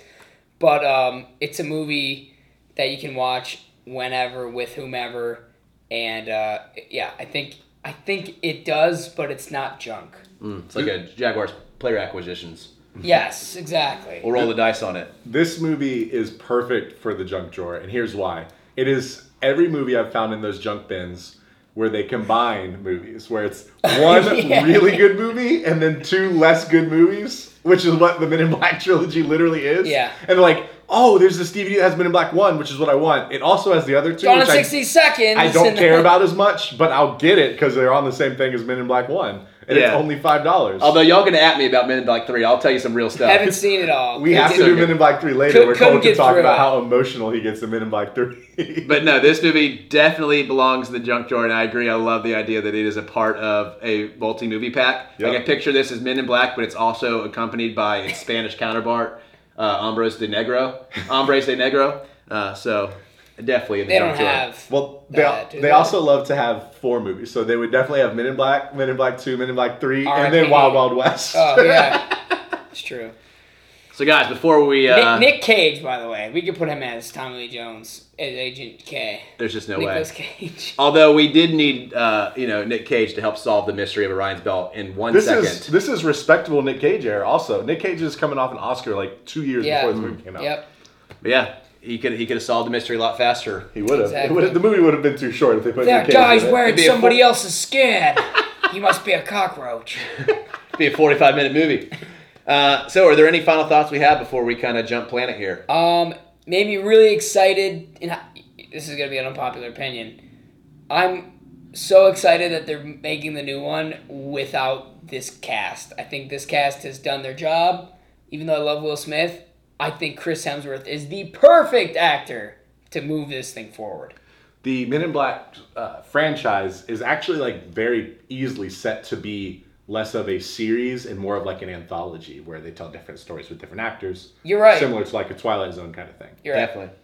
but um, it's a movie that you can watch whenever with whomever, and uh, yeah, I think I think it does, but it's not junk. It's like a Jaguars player acquisitions. Mm-hmm. Yes, exactly. We'll roll the dice on it. This movie is perfect for the junk drawer, and here's why. It is every movie I've found in those junk bins where they combine movies, where it's one Yeah. really good movie and then two less good movies, which is what the Men in Black trilogy literally is. Yeah. And they're like, oh, there's this DVD that has Men in Black 1, which is what I want. It also has the other two, Gone in which I, 60 seconds. I don't and- care about as much, but I'll get it because they're on the same thing as Men in Black 1. And it's Yeah. only $5. Although y'all gonna at me about Men in Black Three, I'll tell you some real stuff. Haven't seen it all. we have to okay. do Men in Black 3 later. Could- We're could going to get talk through about it. how emotional he gets in Men in Black 3. But no, this movie definitely belongs in the junk drawer, and I agree. I love the idea that it is a part of a multi movie pack. Like Yep. I picture this as Men in Black, but it's also accompanied by its Spanish counterpart, uh, Hombres de Negro, Hombres de Negro. Uh, so definitely in the They junk don't drawer. have. Well, they, that, do they they? also love to have four movies, so they would definitely have Men in Black, Men in Black Two, Men in Black Three, and RIP. then Wild Wild West. Oh, yeah. it's true. So guys, before we, uh, Nick, Nick Cage, by the way, we could put him as Tommy Lee Jones as Agent K. there's just no way. Nicholas Cage. Although we did need, uh, you know, Nick Cage to help solve the mystery of Orion's Belt in one this second. is this is respectable Nick Cage era. Also, Nick Cage is coming off an Oscar like two years Yeah. before this movie came out. Yep. But yeah, he could he could have solved the mystery a lot faster. He would have. Exactly. The movie would have been too short if they put That Nick Cage guy's in it. wearing It'd be a somebody else's skin. he must be a cockroach. It'd be a 45 minute movie. Uh, so, are there any final thoughts we have before we kind of jump planet here? Um, made me really excited. And I, this is gonna be an unpopular opinion. I'm so excited that they're making the new one without this cast. I think this cast has done their job. Even though I love Will Smith, I think Chris Hemsworth is the perfect actor to move this thing forward. The Men in Black uh, franchise is actually like very easily set to be less of a series and more of like an anthology where they tell different stories with different actors. You're right. Similar to like a Twilight Zone kind of thing. You're right. Definitely.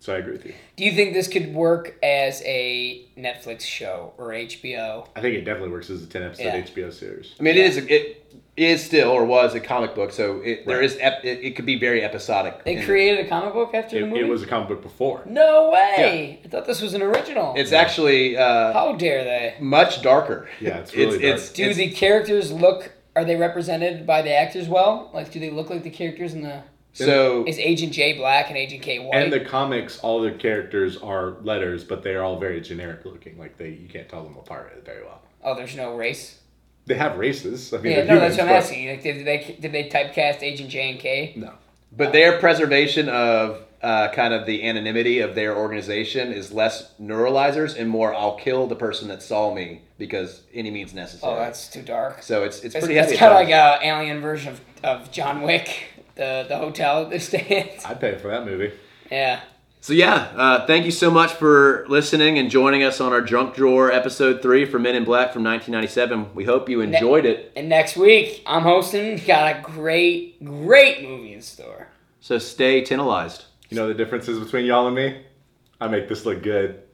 So I agree with you. Do you think this could work as a Netflix show or HBO? I think it definitely works as a ten episode Yeah. HBO series. I mean, it is it is still or was a comic book, so it, there is ep- it, it could be very episodic. They And created a comic book after It, the movie. it was a comic book before. no way. I thought this was an original. It's actually uh, How dare they? much darker. Yeah, it's really dark. it's, Do it's- the characters look? Are they represented by the actors well? Like, do they look like the characters in the? so Is Agent J black and Agent K white? And the comics, all the characters are letters, but they are all very generic looking. Like they, you can't tell them apart very well. oh, there's no race. They have races. I mean, Yeah, they're no, that's humans, what I'm but- asking. Like, did they did they typecast Agent J and K? No, But their preservation of uh, kind of the anonymity of their organization is less neuralizers and more I'll kill the person that saw me because any means necessary. Oh, that's too dark. so it's it's It's, pretty heavy. it's kind of at like times. a alien version of, of John Wick, the the hotel that they stay at. I'd pay for that movie. Yeah. So yeah, uh, thank you so much for listening and joining us on our Drunk Drawer episode three for Men in Black from 1997. We hope you enjoyed it. And next week, I'm hosting. Got a great, great movie in store. So stay tantalized. You know the differences between y'all and me? I make this look good.